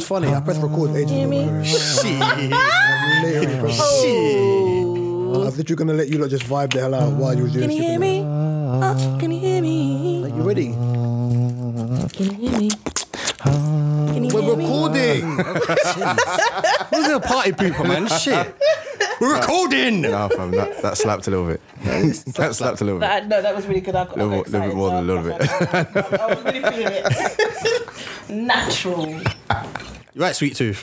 funny. I pressed record ages Jimmy. ago. Shit. I'm literally pressed record. I was literally gonna let you lot just vibe the hell out while you were doing Oh. Can you hear me? Oh, can stupid. Uh, you hear me? You ready? Can you hear me? Can you We're hear me? recording. Who's in a party pooper, man? Shit. We're recording. Nah, fam, that, that slapped a little bit. that slapped a little bit. That, uh, no, that was really good. I got, Little- I got little bit more than a little bit. I was really feeling it. Natural. You're right, sweet tooth.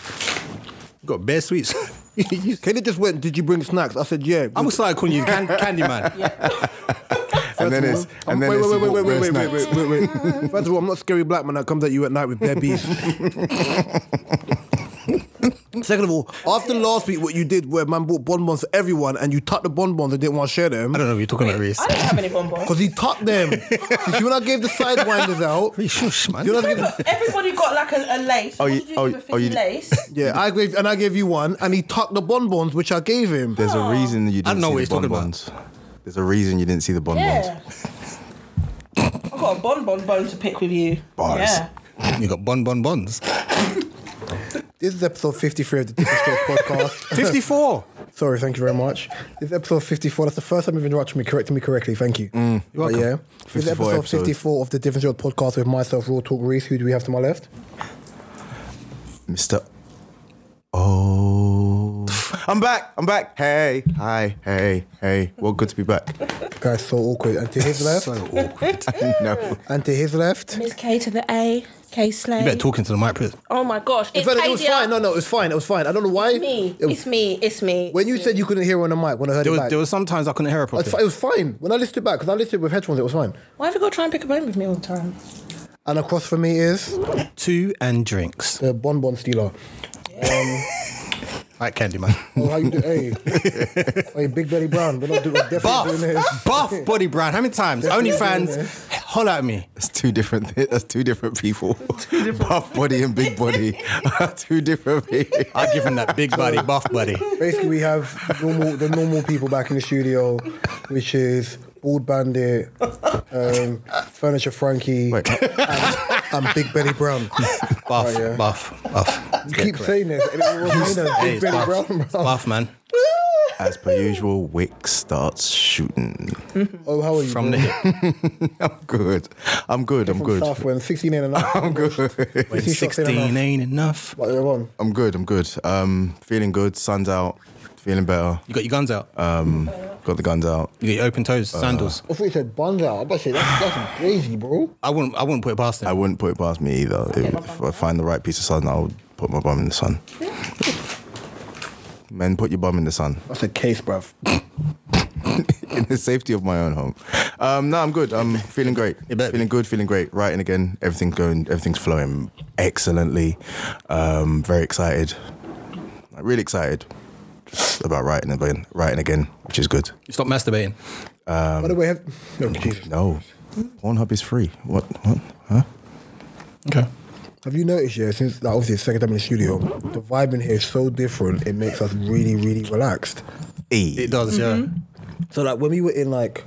You got bare sweets. Kaylee just went, Did you bring snacks? I said, Yeah. I'm gonna start calling you can- Candy Man. And then it's and then wait, it's wait, wait, you wait, wait, wait, got breast wait, snacks. wait, wait, wait. First of all, I'm not scary black man that comes at you at night with bare beef. Second of all, after last week, what you did where man bought bonbons for everyone and you tucked the bonbons and didn't want to share them I don't know what you're talking about, Reese. I didn't have any bonbons. because he tucked them. you see, when I gave the sidewinders out, Hey, shush, man. you know, I gave, Everybody got like a, a lace. Oh, What you- did you oh, do with oh, you- his lace? yeah, I gave and I gave you one, and he tucked the bonbons which I gave him. There's a reason you didn't know see what the he's talking about. bonbons. There's a reason you didn't see the bonbons. Yeah. I've got a bonbon bone to pick with you. Bars. Yeah. You got bon bon bons. This is episode 53 of the Different Strokes podcast. 54. Sorry, thank you very much. This is episode 54. That's the first time you've interrupted me, correcting me correctly. Thank you. you're But welcome. yeah, this is 54 episode episodes. 54 of the Different Strokes podcast with myself, Raw Talk Reese. Who do we have to my left? Mr. Oh. I'm back. I'm back. Hey. Hi. Hey. Hey. Well, good to be back. Guy's so awkward. And to his left, So awkward. You no. and to his left. Miss K to the A. K Slay. better talk into the mic, please. Oh my gosh. It's In fact, it was Kadia. fine. No, no, it was fine. It was fine. I don't know why. me. It was- It's me. It's me. when you said you couldn't hear her on the mic, when I heard it There was, back, there was sometimes I couldn't hear her it was fi- properly. it was fine. When I listened back, because I listened with headphones, it was fine. Why have you got to try and pick a bone with me all the time? And across from me is Two and drinks. the bonbon stealer. Like Candy Man. Oh, how you do? Hey, hey, Big Belly Brown. We're not doing, we're definitely doing this. Buff. Buff Body Brown. How many times? Only fans. Holler at me. That's two different. That's two different people. Buff body and big body. are two different people. I give him that big body, buff body. Basically, we have normal the normal people back in the studio, which is Bald Bandit, um, Furniture Frankie, Wait. and Big Belly Brown. Buff, Right, Oh, yeah. buff, buff. You keep saying this. and it was, you know, Hey, Big it's Belly buff. Brown. It's bro. buff, man. As per usual, Wick starts shooting. Oh, how are you? From the bro? hip. I'm good. I'm good. I'm From good. South when 16 in and out. I'm good. When Fifty shots ain't 16 enough. ain't enough. But they're on. I'm good. I'm good. Um, feeling good. Sun's out. Feeling better. You got your guns out. Um, got the guns out. you got your open toes, Uh, sandals. I thought you said buns out. I bet you that's, that's crazy, bro. I wouldn't. I wouldn't put it past I them. wouldn't put it past me either. If, if I find the right piece of sun, I'll put my bum in the sun. Men, put your bum in the sun That's a case, bruv. in the safety of my own home. Um, no, I'm good. I'm feeling great. You bet. Feeling good. Feeling great. Writing again. Everything's going. Everything's flowing excellently. Um, very excited. Like, Really excited just about writing again. Writing again, which is good. You Stop masturbating. By the way, have, no, Jesus. No, Pornhub is free. What? What? Huh? Okay. Have you noticed, yeah, since like, obviously it's the second time in the studio, the vibe in here is so different, it makes us really, really relaxed. E. It does. Mm-hmm. So, like, when we were in, like,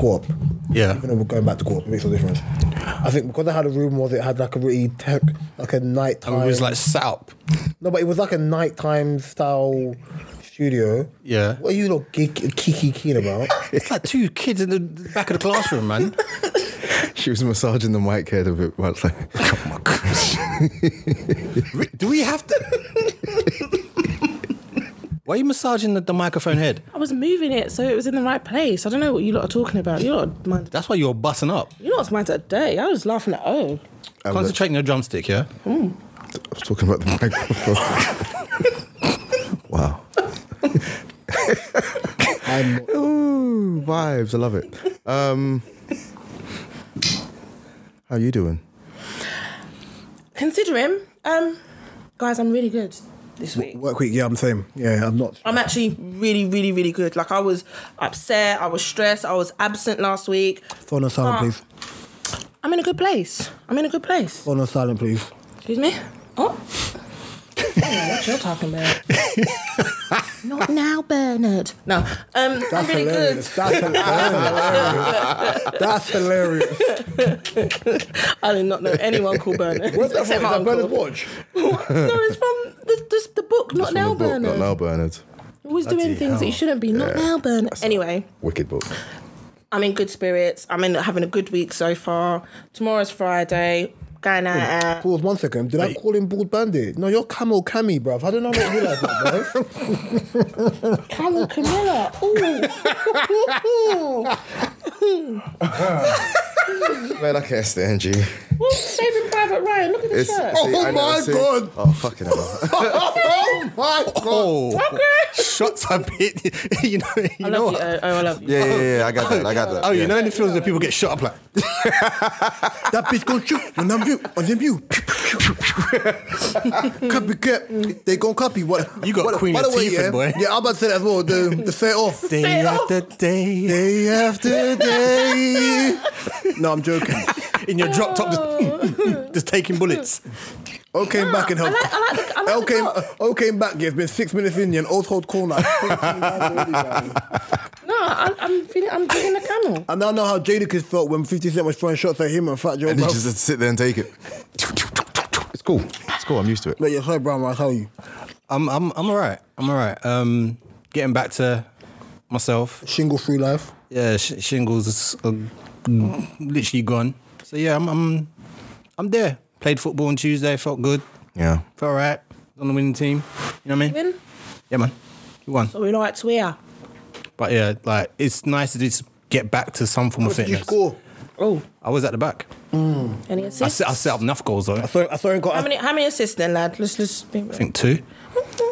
co-op, Yeah. even though we're going back to co-op, it makes no difference. I think because I had a room was it had, like, a really tech, like a Yeah. nighttime. And we was like sat up. no, but it was like a nighttime style studio. Yeah. What are you lot geek, kiki keen about? It's like two kids in the back of the classroom, man. She was massaging the mic head of it. Much like, oh my gosh. Do we have to? Why are you massaging the, the microphone head? I was moving it so it was in the right place. I don't know what you lot are talking about. You lot, are mind, That's why you're button up. you lot's mind that day. I was laughing at oh. Concentrating your drumstick, yeah. I was talking about the microphone. wow. I'm not- Ooh, vibes. I love it. Um, how you doing? Considering, um, guys, I'm really good this week. work week, yeah, I'm the same. Yeah, I'm not. I'm actually really, really, really good. Like I was upset, I was stressed, I was absent last week. Phone on silent, Ah. please. I'm in a good place. I'm in a good place. Phone on silent, please. Excuse me. Oh, what you're talking about. Not now, Bernard. No, um, I'm That's really good. hilarious. That's hilarious. That's hilarious. I did not know anyone called Bernard. Where's that from? except Is my that Bernard uncle. Watch? no, it's from the, the, the book, Not From Now, the book, Bernard. Not now, Bernard. Always doing things that you shouldn't be. Not now, Bernard. Anyway, Wicked book. I'm in good spirits. I'm in, having a good week so far. Tomorrow's Friday. Going out. at- Pause one second. Did I call him Bald Bandit? No, you're Camel Cammy, bruv. I don't know what you realize that, bruv. Camel Camilla. Ooh. Man, I can't stand you. What's Saving Private Ryan? Look at the It's, shirt. see, I Oh know, my see? God. Oh fucking hell! oh my god. Oh, Okay. shots are bit. you know, I you know. love you. what- Oh, oh, I love you. Yeah, yeah, yeah. I got that. I got that. Oh, yeah. you know any films where people get shot up like? That bitch gon' shoot when I'm you, and then you. Copycat, they gon' copy what You got what, Queen by the way, Latifah, yeah, boy. Yeah, I'm about to say that as well. The the set off Day Say it off. after day. day after day. No, I'm joking. In your drop top, Oh. just, just taking bullets. O came back and I helped. like, I like the, I like O the came, top. O came back. Yeah, it's been six minutes in, yeah, and O's hold corner. No, I, I'm feeling, I'm digging the camel. I now know how Jadakiss felt when 50 Cent was throwing shots at him and Fat Joe. And you Brown. just just sit there and take it. It's cool. It's cool. I'm used to it. But yeah, sorry, Brown, I tell you. I'm, I'm, I'm all right. I'm all right. Um, getting back to myself. Shingle free life. Yeah, sh- shingles is uh, literally gone. So yeah, I'm, I'm, I'm there. Played football on Tuesday. Felt good. Yeah. Felt all right. Was on the winning team. You know what I mean? Win. Yeah, man. You won. So we like to wear. But yeah, like it's nice to just get back to some form of Did you fitness. score? Oh, I was at the back. any I assists? set, I set up enough goals though. I Sorry, I saw him got. how many? How many assists then, lad? Let's let's be real. think two.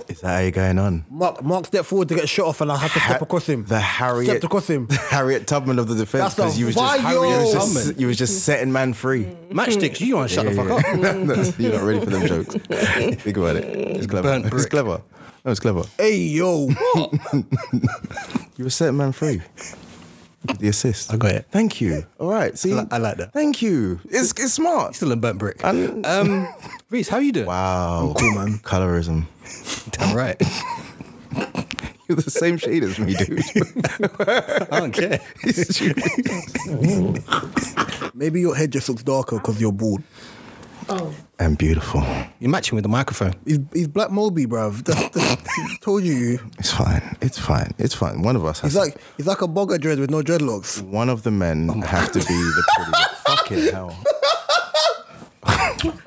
Is that how you're going on? Mark, Mark stepped forward to get shot off, and I had to step across him. The Harriet Stepped across him. Harriet Tubman of the defense That's the because you was just why yo. you was Tubman. just, you was just setting man free. Matchsticks, you want to shut the Yeah, fuck yeah. up. No, no, you're not ready for them jokes. Think about it. It's clever. Burnt It's brick. clever. No, it's clever. Hey yo, You were setting man free. The assist. I got it. Thank you. All right. See, I li- I like that. Thank you. It's it's smart. Still a burnt brick. um, Reese, how you doing? Wow. Cool man. Colorism. Damn right. You're the same shade as me, dude. I don't care. maybe your head just looks darker because you're bald. Oh, and beautiful. You're matching with the microphone. He's, he's Black Moby, bruv. That's- that's- Told you, It's fine. It's fine. It's fine. One of us has he's like he's like a bogger dread with no dreadlocks. one of the men have to be the pretty one. fucking hell.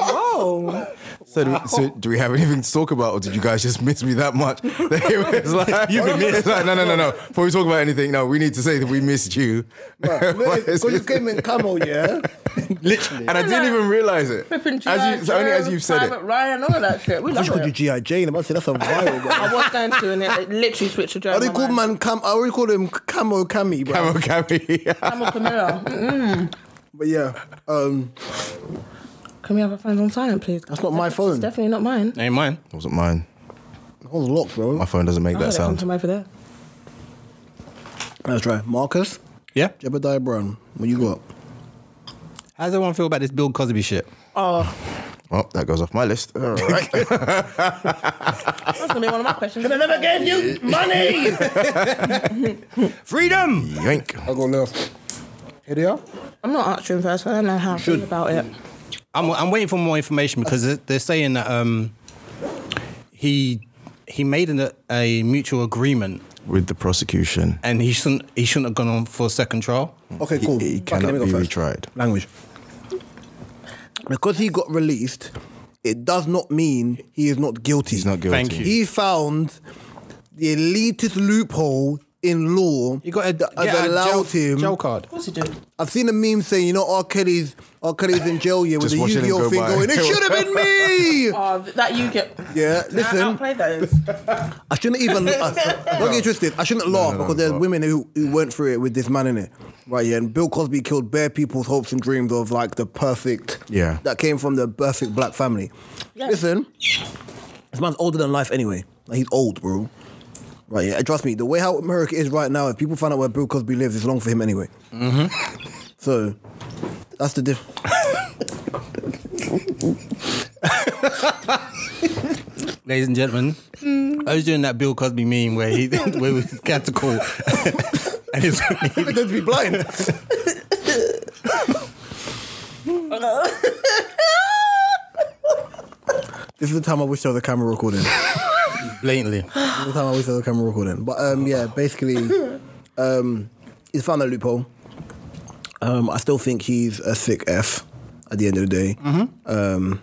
whoa! So, do, so do we have anything to talk about, or did you guys just miss me that much? That it was like, You've been missed. Like, no, no, no, no. Before we talk about anything, no, we need to say that we missed you. Why is Because you this- came in camel, yeah. and I didn't even realize it. As Flipping you, so only as G.I. you've said Private it. Ryan, all of that shit. We I love just called you it. GI Jane. I'm about to say that's a viral. bruv. I was going to, and it, it literally switched to I drive. already called man Cam. I already called him Camo Cammy, bruv. Camo Cammy. Camel Camilla. Mm-mm. But yeah, um, Can we have our phones on silent, please? that's not my phone. It's definitely not mine. Ain't mine. wasn't mine. That was locked, bro. My phone doesn't make oh, that they come to sound. me over there. Let's try Marcus Yeah. Jebediah Brown. What you got? How's everyone feel about this Bill Cosby shit? Oh, Well, that goes off my list. All right. that's gonna be one of my questions. never gave you money. Freedom. Yoink. I got left. Here they are. I'm not answering first. I don't know how I feel about it. I'm, I'm waiting for more information because they're- they're saying that um, he he made an, a mutual agreement With the prosecution, and he shouldn't he shouldn't have gone on for a second trial. Okay, He- cool. he Okay, cannot let me go be first. retried. Language. Because he got released, it does not mean he is not guilty. he's not guilty. Thank you. He found the elitist loophole in law You got to that get has a allowed jail, him. jail card. What's he doing? I've seen a meme saying, you know, R. Kelly's, R. Kelly's in jail here with Just the watching him Yu-Gi-Oh go thing by. going, it should have been me! Oh, th- that you get. Yeah, I listen, outplay those. I shouldn't even. I, don't get twisted. I shouldn't laugh because there's women who, who went through it with this man in it, right? Yeah, and Bill Cosby killed bare people's hopes and dreams of like the perfect. Yeah. That came from the perfect black family. Listen, this man's older than life anyway. Like he's old, bro. Right? Yeah. and Trust me. The way how America is right now, if people find out where Bill Cosby lives, it's long for him anyway. Mm-hmm. So that's the difference. ladies and gentlemen, Mm. I was doing that Bill Cosby meme where he where we got to call, and it's Let's be blind. this is the time I wish there was a camera recording. This blatantly. is the time I wish there was a camera recording. But um, yeah, basically, um, he's found a loophole. Um, I still think he's a sick F at the end of the day. Um,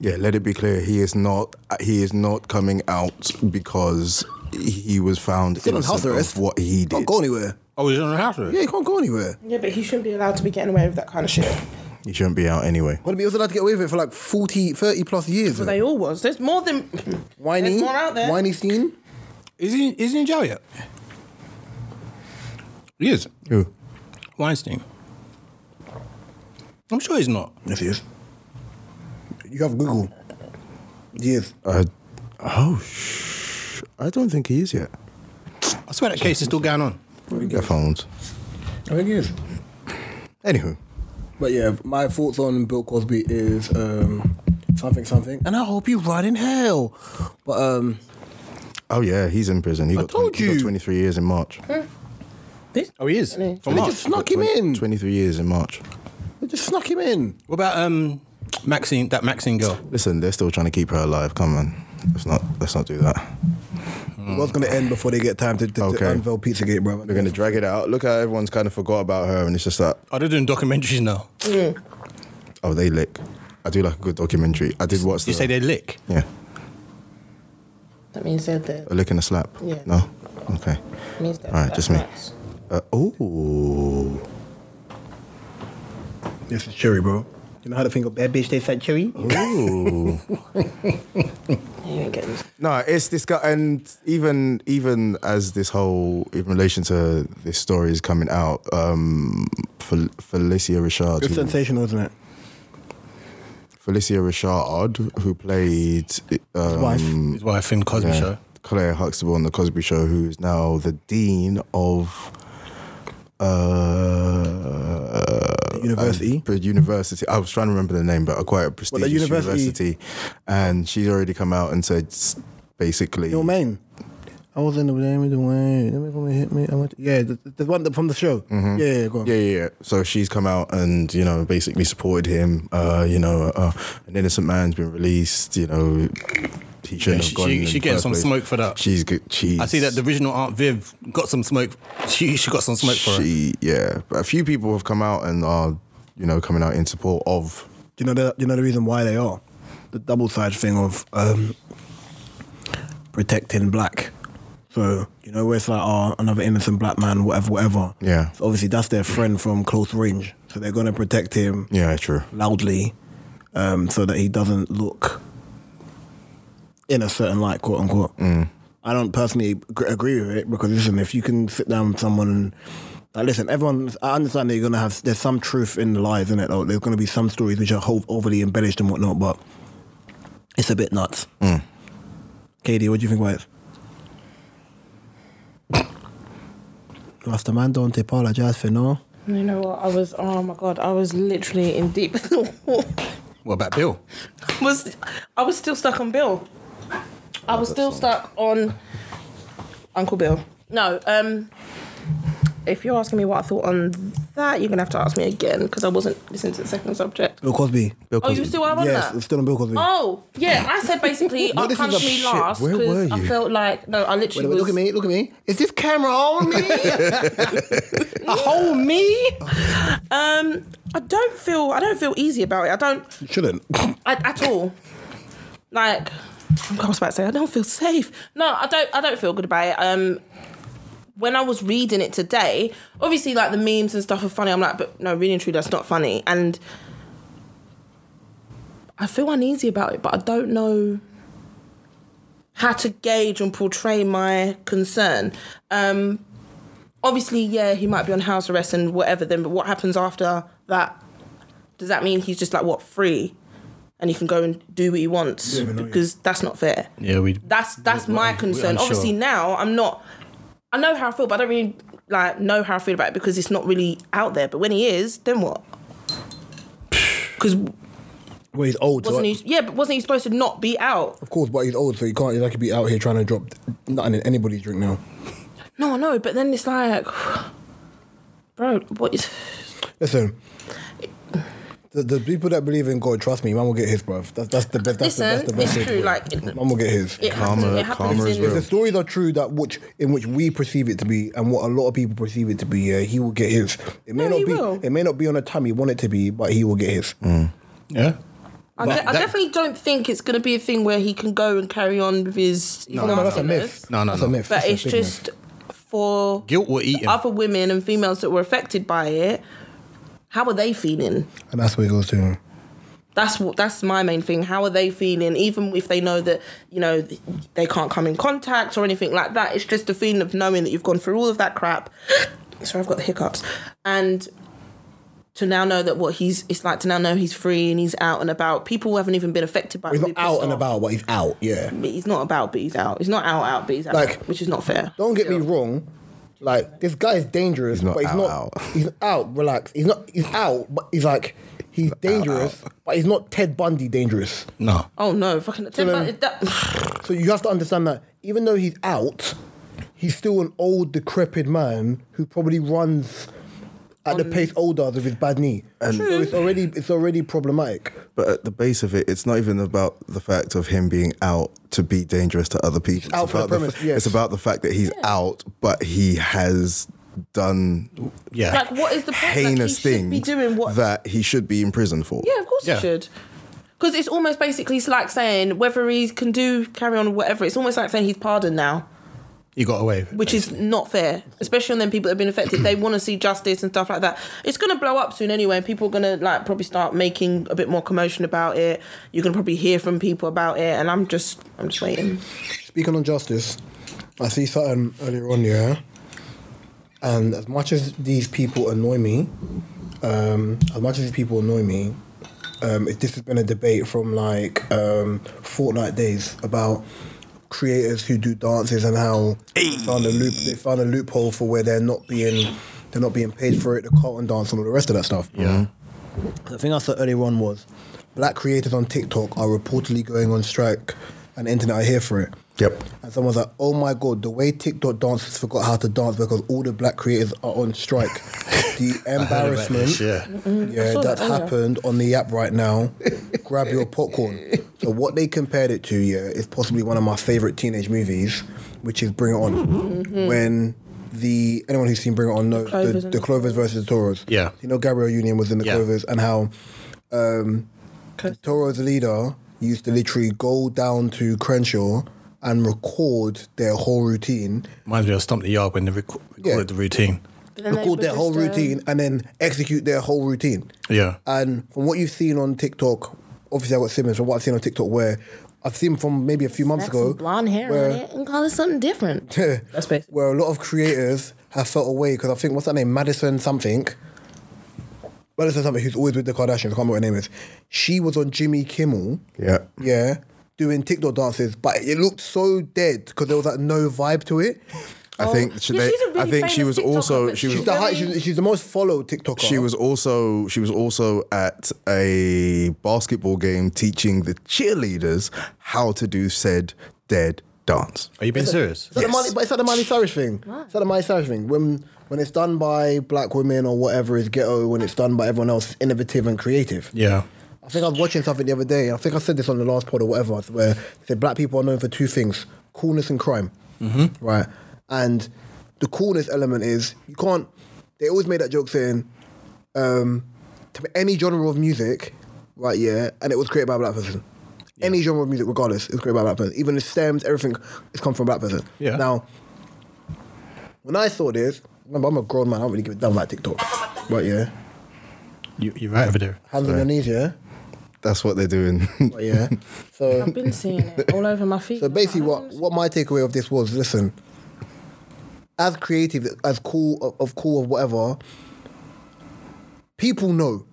Yeah, let it be clear. He is not. He is not coming out because he was found still on innocent house arrest. of what he Can't did. go anywhere. Oh, he's on the house arrest. Yeah, he can't go anywhere. Yeah, but he shouldn't be allowed to be getting away with that kind of shit. He shouldn't be out anyway. But he was allowed to get away with it for like 40, 30 plus years. They all was. There's more than Whiny, There's more out there. whiny scene. Is he is he in jail yet? He is. Who? Weinstein. I'm sure he's not. Yes, he is. You have Google. Yes. Uh, oh, sh- I don't think he is yet. I swear that case is still going on. We get phones. I think he is. Anywho, But yeah, my thoughts on Bill Cosby is um, something, something. And I hope you rot in hell. But um, oh yeah, he's in prison. He got, told 20 he you. got 23 years in March. this. Oh, he is. From they March. just snuck him in. 23 years in March. They just snuck him in. What about um Maxine? That Maxine girl. Listen, they're still trying to keep her alive. Come on, let's not let's not do that. It was going to end before they get time to, to, Okay. to unveil Pizzagate, bro. They're gonna drag it out. Look how everyone's kind of forgot about her, and it's just like, Oh, they're doing documentaries now. oh, they lick. I do like a good documentary. I did watch. You the- say they lick. Yeah, That means they're dead. a lick and a slap. Yeah. No. Okay. means they're All right, dead. just me. That's Uh, oh. This is Cherry, bro. You know how to think of bad bitch tastes like cherry? Ooh. nice. You ain't getting this. no, it's this guy, and even even as this whole in relation to this story is coming out, um, Fel- Felicia Richard, It's who- sensational, isn't it? Felicia Richard, who played um, Wife. His wife in Cosby yeah, Show. Claire Huxtable on the Cosby Show, who is now the dean of uh, University? a- a university. I was trying to remember the name, but a quite a prestigious university- university. And she's already come out and said, s- basically, Yo, man. I was in the game with the way. Let me come and hit me. I went- Yeah, the, the one that- from the show. Yeah, yeah, go on. Yeah, yeah, yeah. So she's come out and you know basically supported him. Uh, you know, uh, an innocent man's been released. You know, he shouldn't Yeah, she- have gone. she- in she the getting first some place. smoke for that. She's good. She's, I see that the original Aunt Viv got some smoke. She she got some smoke for it. she, yeah. But a few people have come out and are you know coming out in support of. Do you know the, do you know the reason why they are? The double side thing of um, protecting black. So, you know, where it's like, oh, another innocent black man, whatever, whatever. Yeah. So obviously, that's their friend from close range. So they're going to protect him Yeah, true. loudly um, so that he doesn't look in a certain light, quote unquote. I don't personally ag- agree with it because listen, if you can sit down with someone and like, listen, everyone, I understand that you're gonna have there's some truth in the lies, in it? Though there's gonna be some stories which are ho- overly embellished and whatnot, but it's a bit nuts. Katie, what do you think about it? Last man don't apologize for no. You know what? I was. Oh my god! I was literally in deep. What about Bill? was I was still stuck on Bill. I was still stuck on Uncle Bill. No, um, if you're asking me what I thought on that, you're gonna have to ask me again because I wasn't listening to the second subject. Bill Cosby. Bill Oh, you Cosby. still are on yes, that? it's still on Bill Cosby. Oh, yeah, I said basically I this is a punched me shit. last Where were because I you? felt like no, I literally Wait, wait, was. look at me, look at me. Is this camera on me? A whole me. um, I don't feel I don't feel easy about it. I don't Shouldn't. at, at all. Like I was about to say, I don't feel safe. No, I don't. I don't feel good about it. Um, when I was reading it today, obviously like the memes and stuff are funny. I'm like, but no, really and truly, that's not funny. And I feel uneasy about it, but I don't know how to gauge and portray my concern. Um, obviously, yeah, he might be on house arrest and whatever. Then, but what happens after that? Does that mean he's just like what free? and he can go and do what he wants because that's not fair. Yeah, we. That's that's my concern. unsure. Obviously now I'm not. I know how I feel, but I don't really like know how I feel about it because it's not really out there. But when he is, then what? Because Well, he's old. So Wasn't he? Yeah, but wasn't he supposed to not be out? Of course, but he's old, so he can't. He's like be out here trying to drop nothing in anybody's drink now. No, no. But then it's like, bro, what is? Listen. The, the people that believe in God, trust me, man will get his, bruv. That's, that's the best. That's Listen, the, that's the best. it's true. Like, it, man will get his. it happens, Karma- it happens karma is in. If real. the stories are true that which in which we perceive it to be and what a lot of people perceive it to be, yeah, he will get his. It may No, not he be will. it may not be on the time he want it to be, but he will get his. Mm. Yeah. I, de- I that- definitely don't think it's going to be a thing where he can go and carry on with his. No, no, that's a myth. No, no, that's a no. myth. But That's a it's big myth. just for Guilt will eat the him. other women and females that were affected by it. How are they feeling? and that's where it goes to. That's what. That's my main thing. How are they feeling? Even if they know that you know they can't come in contact or anything like that. It's just the feeling of knowing that you've gone through all of that crap. Sorry, I've got the hiccups. And to now know that what he's it's like to now know he's free and he's out and about. People who haven't even been affected by. it He's will not be out pissed and off. about, but he's out, yeah. But he's not about. But he's out. He's not out. Out. But he's out. Like- which is not fair. Don't get me wrong. Like this guy is dangerous, He's not but he's out, not. out. He's out. Relax. He's not. He's out, but he's like he's dangerous, but he's not Ted Bundy dangerous. No. Oh no! Fucking. then- that, So you have to understand that even though he's out, he's still an old, decrepit man who probably runs at the pace old does with his bad knee. so it's already it's already problematic. But at the base of it, it's not even about the fact of him being out to be dangerous to other people. It's Out for the about the premise, fa- yes. It's about the fact that he's out, but he has done Yeah. like, what is the point? Like, he heinous should things be doing what? that he should be in prison for. Yeah, of course Yeah. you should. Because it's almost basically it's like saying whether he can do carry on or whatever. It's almost like saying he's pardoned now, you got away. with it. which is not fair, especially on them people that have been affected. they want to see justice and stuff like that. It's going to blow up soon anyway. and People are going to like probably start making a bit more commotion about it. You can probably hear from people about it, and I'm just I'm just waiting. Speaking on justice, I see something earlier on, yeah. And as much as these people annoy me, um, as much as these people annoy me, um, it, this has been a debate from like um, Fortnite days about creators who do dances and how they found a loop, they found a loophole for where they're not being they're not being paid for it, the Carlton dance and all the rest of that stuff. Yeah. The thing I said earlier on was black creators on TikTok are reportedly going on strike and the internet are here for it. Yep. And someone's like, oh my god, the way TikTok dancers forgot how to dance because all the black creators are on strike. the embarrassment. Yeah. Yeah, Mm. saw that's that earlier. happened on the app right now. Grab your popcorn. So what they compared it to, yeah, is possibly one of my favorite teenage movies, which is Bring It On. When the anyone who's seen Bring It On knows the, Mm-hmm. Clovers the, and- Clovers versus the Toros. Yeah. you know Gabriel Union was in the Yeah. Clovers and how um, Toro's leader used to literally go down to Crenshaw and record their whole routine Reminds me of Stomp the Yard when they rec- recorded Yeah. the routine. record their whole uh, routine and then execute their whole routine. Yeah. And from what you've seen on TikTok, obviously I got Simmons from what I've seen on TikTok where I've seen from maybe a few months ago blonde hair where- eh, on it and call it something different. That's basically. where a lot of creators have felt away because I think what's that name? Madison something. Madison something who's always with the Kardashians, I can't remember what her name is. She was on Jimmy Kimmel. Yeah. Yeah. Doing TikTok dances, but it looked so dead because there was like no vibe to it. I think she, Oh. Yeah, they- she's a I really think she famous was TikToker, also but she She's was the, Really? high, she's, she's the most followed TikToker. she was also she was also at a basketball game teaching the cheerleaders how to do said dead dance. Are you being serious? It's like, the Yes. Miley, but it's like the Miley Cyrus thing. It's like the Miley Cyrus thing. When when it's done by black women or whatever is ghetto, when it's done by everyone else, it's innovative and creative. Yeah. I think I was watching something the other day. I think I said this on the last pod or whatever, where they said black people are known for two things: coolness and crime. Mm-hmm. Right, and the coolness element is you can't. They always made that joke saying, um, to any genre of music, right? Yeah, and it was created by a black person. Any genre of music, regardless, it was created by a black person. Even the stems, everything, it's come from a black person. Yeah. Now, when I saw this, remember I'm a grown man. I don't really give a damn about TikTok. Right? Yeah. You, you're right over there. Hands on your knees, yeah. That's what they're doing. Right, yeah. So I've been seeing it all over my feet. So basically, what what my takeaway of this was: listen, as creative, as cool of- of cool of whatever, people know,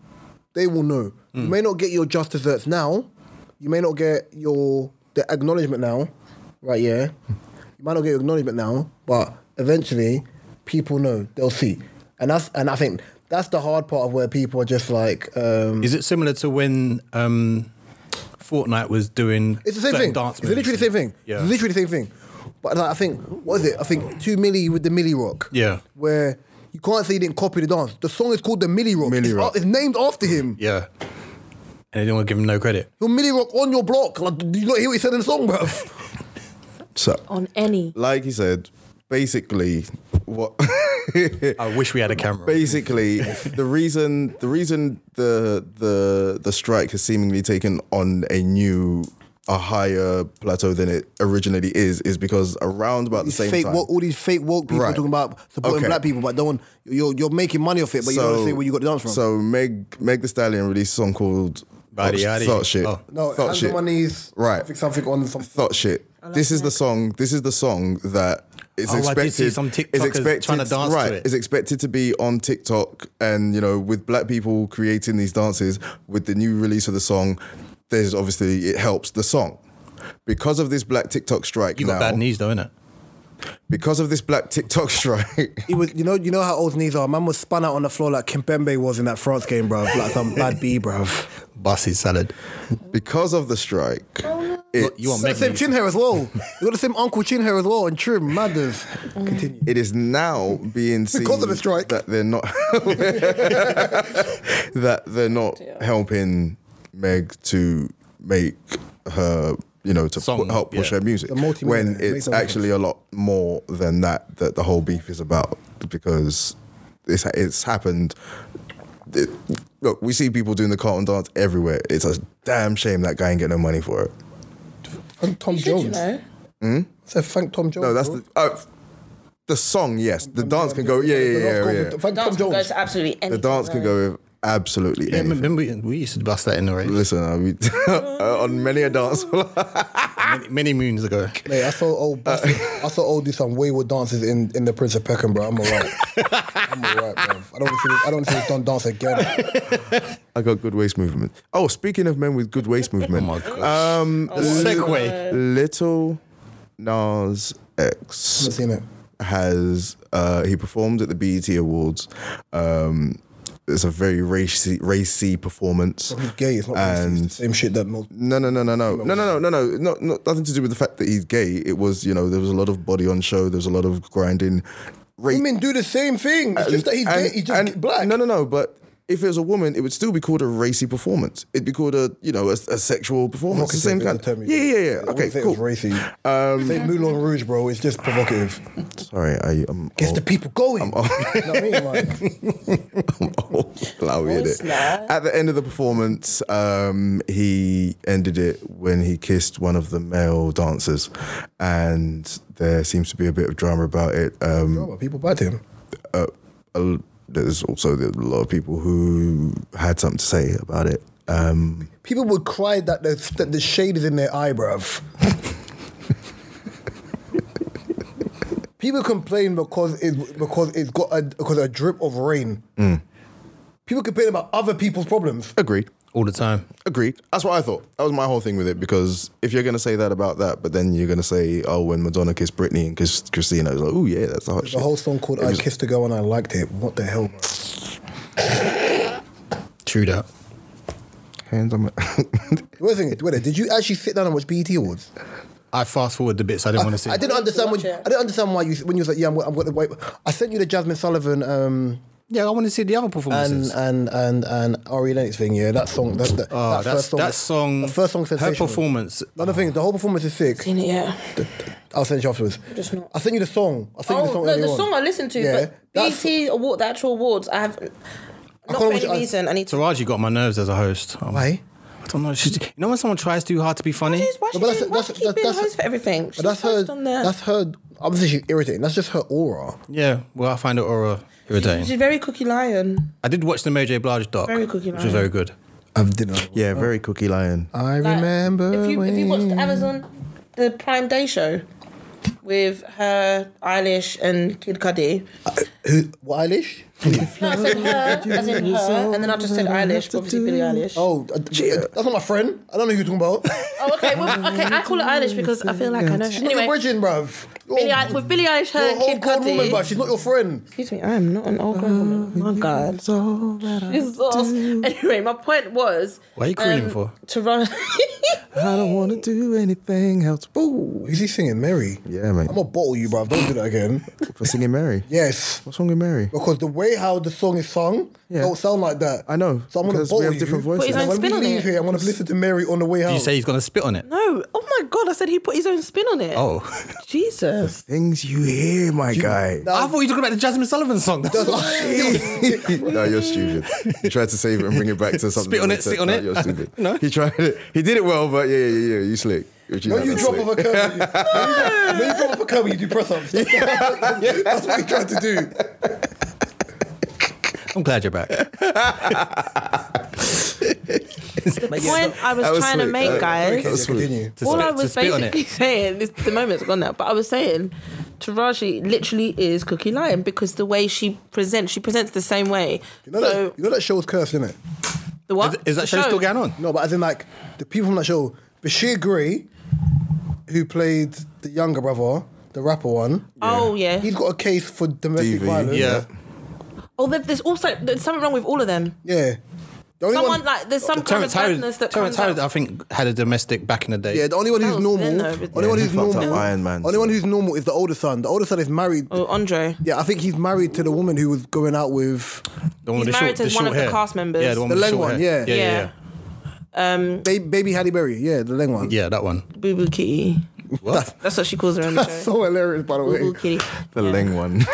they will know. You may not get your just desserts now, you may not get your the acknowledgement now, right? Yeah, you might not get your acknowledgement now, but eventually, people know. They'll see, and that's and I think that's the hard part of where people are just like. Um, Is it similar to when um, Fortnite was doing It's the same certain thing. dance it's literally moves. the same thing. Yeah. It's literally the same thing. But like, I think what is it? I think two milli with the milli rock. Yeah. Where you can't say he didn't copy the dance. The song is called the milli rock. Milli it's, Rock. it's named after him. Yeah. And they didn't want to give him no credit. Your milli rock on your block. Like, do you not hear what he said in the song, bruv? So, on any. like you said, basically, what I wish we had a camera. basically the reason the reason the the the strike has seemingly taken on a new a higher plateau than it originally is is because around about the These same fake time woke, all these fake woke people Right. talking about supporting Okay. black people, but don't. You're you're making money off it, but you don't wanna say where you got the dance from. So Meg Meg the Stallion released a song called Body, Thought, yaddy. Thought Shit. Oh. no, Thought hands Shit. on my knees. Right. Something, something on some. Thought Shit. This is the song. This is the song that is Oh, I expected. did see some is TikTokers expected trying to dance to right, it. Is expected to be on TikTok, and you know, with black people creating these dances with the new release of the song, there's obviously it helps the song. Because of this black TikTok strike you now, got bad knees though, innit? because of this black TikTok strike, He was, you know, you know how old knees are. Man was spun out on the floor like Kimpembe was in that France game, bruv. Like some bad B, bruv. Bussy salad. because of the strike, Look, you want Same, Meg same knees. chin hair as well. You got the same uncle chin hair as well and trim matters. Continue. it is now being seen Because of the strike. that they're not that they're not helping Meg to make her you know to Song, pu- help push yeah. her music The multi-millionaire, when it makes it's a lot of actually a lot more than that that the whole beef is about because it's it's happened. It- look, we see people doing the cartoon dance everywhere. It's a damn shame that guy ain't get no money for it. And Tom Did you know? So thank Tom Jones. No, that's bro. the. Uh, the song, yes. The dance can go, yeah, yeah, The last yeah, goal yeah. with- Thank Dance Tom can go Jones. to absolutely anything. The dance can go with absolutely Yeah, anything. remember we, we used to bust that in the race Listen, I mean, on many a dance floor. many, many moons ago. Mate, I saw old Buster, I saw old do some wayward dances in, in the Prince of Peckham, bro. I'm alright. I'm alright, bro. I don't want to see this, I don't want to see this done dance again. I got good waist movement. Oh, speaking of men with good waist movement, Oh my gosh. um, the segue. Little Nas X I've seen it. has uh, he performed at the BET Awards. Um, it's a very racy, racy performance. He's gay. It's not racist. And- It's the same shit that most. No, no, no, no, no, no, no, no, no, no, not, not nothing to do with the fact that he's gay. It was, you know, there was a lot of body on show. There was a lot of grinding. Rape. Women do the same thing. It's just that he's gay. He's just and- black. No, no, no. But if it was a woman, it would still be called a racy performance. It'd be called a, you know, a, a sexual performance. It's the same kind. Provocative is the term you yeah, yeah, use. yeah. I wouldn't Okay, say cool. It was racy. say Moulin Rouge, bro. It's just provocative. Sorry, I, I'm Gets old. the people going. You know what I mean? Like, I'm old. Allow me in it's it. not. At the end of the performance, um, he ended it when he kissed one of the male dancers, and there seems to be a bit of drama about it. Um, bro, people bad him. a- there's also a lot of people who had something to say about it. Um, People would cry that the, that the shade is in their eye, bruv. People complain because it because it's got a because a drip of rain. People complain about other people's problems. agreed. All the time. Agreed. That's what I thought. That was my whole thing with it because if you're gonna say that about that, but then you're gonna say, oh, when Madonna kissed Britney and kissed Christina, it's like, oh yeah, that's the hot The shit. whole song called "I Kissed a Girl and I Liked It." What the hell? Bro? True that. Hands on my. Wait a second. Wait a Did you actually sit down and watch BET Awards? I fast forward the bits I didn't want to see. I didn't understand when Watch it. I didn't understand why you when you was like, "Yeah, I'm, go- I'm going to wait." I sent you the Jasmine Sullivan. Um, Yeah, I want to see the other performances. and and and and Ari Lennox thing, yeah, that song, that that, oh, that that's, first song, that song. that first song, her sensational. performance. Another thing, the whole performance is sick. Seen it, yeah. I'll send you afterwards. Just not- I sent you the song. I sent you the Oh song. no, earlier the on. song I listened to, Yeah, but that's- BT award the actual awards. I have not can't for watch any it. I- reason. I need to. Taraji got my nerves as a host. Um, Why? I don't know. She's, you know when someone tries too hard to be funny? Jeez, Why No, should but that's- you why that's- should you keep being that's- host for everything? She's But that's her. host on there. That's her. Obviously, she's irritating. That's just her aura. Yeah, well, I find it aura irritating. She's very cookie lion. I did watch the Mary J. Blige doc, Very cookie which line. was very good. I've dinner. yeah, very cookie lion. I Like, remember If you if you watched when- Amazon, the Prime Day show with her, Eilish, and Kid Cudi. Who- what, Eilish. No, I said her, as in her, and then I just said Eilish, but obviously Billie Eilish. Oh, Oh, uh, that's not my friend. I don't know who you're talking about. okay, well, okay, I call it Eilish because I feel like I know. She's Her. not your Anyway, bridging, bruv. You're, Billie, Eil- with Billie Eilish, you're her, a whole Kid grown woman, Oh, bruv. Cudi. She's not your friend. Excuse me, I am not an old grown woman. My God. Jesus. Anyway, my point was. Um, Why are you cooing for? Toronto. I don't want to do anything else. Boo. Is he singing Mary? Yeah, mate. I'm gonna bottle you, bruv. Don't do that again. For singing Mary. yes. What's wrong with Mary? Because the way how the song is sung Yeah. don't sound like that. I know, So I'm gonna because we bottle have you. different voices. Put his And own when spin we on leave it. here, I'm gonna listen to Mary on the way out. you say he's gonna spit on it? No, oh my god! I said he put his own spin on it. Oh, Jesus! Things you hear, my guy. Um, I thought you were talking about the Jasmine Sullivan song. That's what- no, you're stupid. He tried to save it and bring it back to something. on that it, said, sit on "No, it." You're stupid. No. He tried it. He did it well, but yeah, yeah, yeah, yeah. You slick. Which When know you that's drop slick. off a curb, you, when you- when you drop off a curb, you do press ups. That's what he tried to do. I'm glad you're back. The point I was, That was trying to sweet. make, That- guys. Okay, That's so continue. To all Uh, spit- I to was spit on it. basically saying, this, the moment's gone now, but I was saying Taraji literally is Cookie Lion because the way she presents, she presents the same way. You know, so, that, you know that show was cursed, isn't it? the what? Is, is that The show still going on? No, but as in like the people from that show, Bashir Gray, who played the younger brother, the rapper one, Oh, yeah. he's got a case for domestic DV, violence. Yeah. Oh, there- there's also there's something wrong with all of them. yeah. The only Someone one, like there's some kind of Terrence Howard, badness that Terrence comes Howard, I out. think, had a domestic back in the day. yeah, the only one who's That was normal, then, though, only but- one Yeah, who's he fucked up normal, Iron Man, only one so- who's normal is the older son. The older son is married. Oh, Andre. Yeah, I think he's married to the woman who was going out with. the one He's with the married short, to the one short of the hair. cast members. Yeah, the one The with the leng short one, hair. yeah. yeah, yeah, Yeah. yeah, Ba- baby Halle Berry, yeah, the Leng one. Yeah, that one. Boo Boo Kitty. What? That's what she calls her on the show. So hilarious, by the Boo way. Boo Kitty. The Ling one. Nah,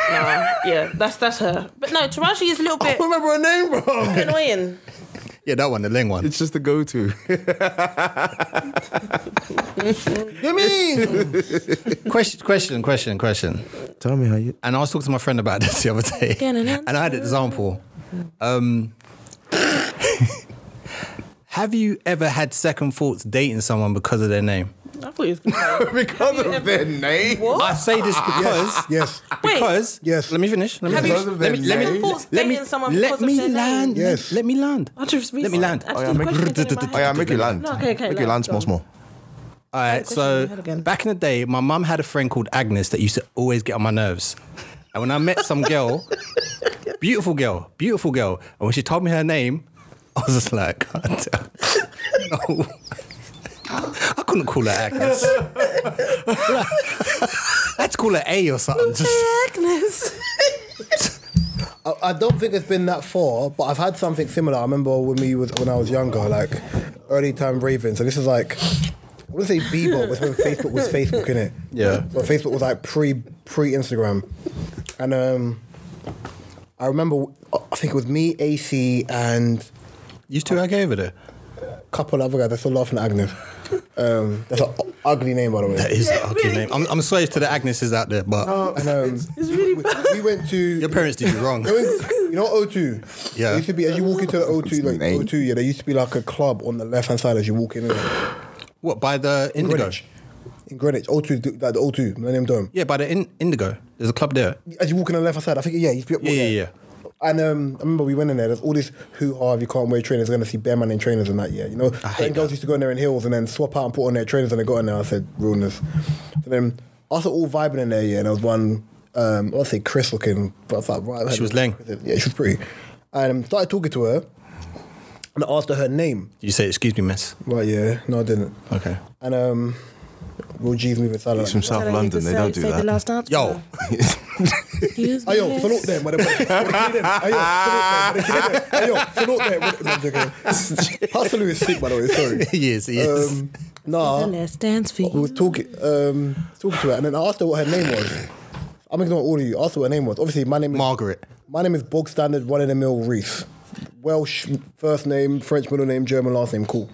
yeah, that's that's her. But no, Taraji is a little bit remember her name, bro. annoying. yeah, that one, the Ling one. It's just the go-to. you mean? question, question, question, question. Tell me how you. And I was talking to my friend about this the other day, and I had an example. Um, have you ever had second thoughts dating someone because of their name? I thought he was gonna Because of their name. I say Ah, this because yes. Wait. because Yes. Let me finish. Let me Have you- finish. Because of Let me their let me name. Thoughts let me dating someone let because of me their name. land. Yes. Let me land. I just Let me land. researched. Oh, yeah, Actually, make- the question is in my Oh, head. yeah, make it land. No, okay, okay, Make it land, land go small, on. small. All right, question in so my head again. back in the day, my mum had a friend called Agnes that used to always get on my nerves. And when I met some girl, beautiful girl, beautiful girl, and when she told me her name, I was just like, God damn. no. I couldn't call her Agnes. Let's call her A or something. Just, Agnes. I, I don't think it's been that far, but I've had something similar. I remember when we was when I was younger, like early time raving. So this is like I wouldn't say Bebo, but when Facebook was Facebook, innit? Yeah. But Facebook was like pre pre Instagram, and um, I remember I think it was me, AC, and you two okay over there? a couple other guys. They're still laughing at Agnes. Um, that's an ugly name, by the way. That is the ugly name. I'm, I'm sorry to the Agneses out there, but And, um, we, we went to your parents did you wrong. You know O2? Yeah. There used to be as you walk into the O2, like name. O2, yeah, there used to be like a club on the left hand side as you walk in. In What, by the Indigo? Greenwich. In Greenwich, O2, th- like the O2, Millennium Dome. Yeah, by the in- Indigo. There's a club there. As you walk in on the left hand side, I think, yeah, you used to be up Yeah, yeah, yeah. And um, I remember we went in there, there's all this hoo ha, if you can't wear trainers, you're going to see bare man in trainers and that, yeah. You know, certain girls used to go in there in heels and then swap out and put on their trainers and they got in there. I said, realness. And then, us are all vibing in there, yeah, and there was one, um, I'll say Chris looking, but I was like, right. She was leng. Yeah, she was pretty. And um, started talking to her and I asked her her name. You say, excuse me, miss. Right, yeah. No, I didn't. Okay. And um, Real G's moving silent. He's from South London. They don't do that. Yo, Ayo, salute them. Ayo, salute them. Ayo, salute them. No, I'm joking. Hustler is sick, by the way. Sorry. he is, he is. Um, nah, stands for we was talking, um, talking to her, and then I asked her what her name was. I'm ignoring all of you. I asked her what her name was. Obviously, my name is Margaret. My name is bog standard, run of the mill Reese. Welsh first name, French middle name, German last name, cool.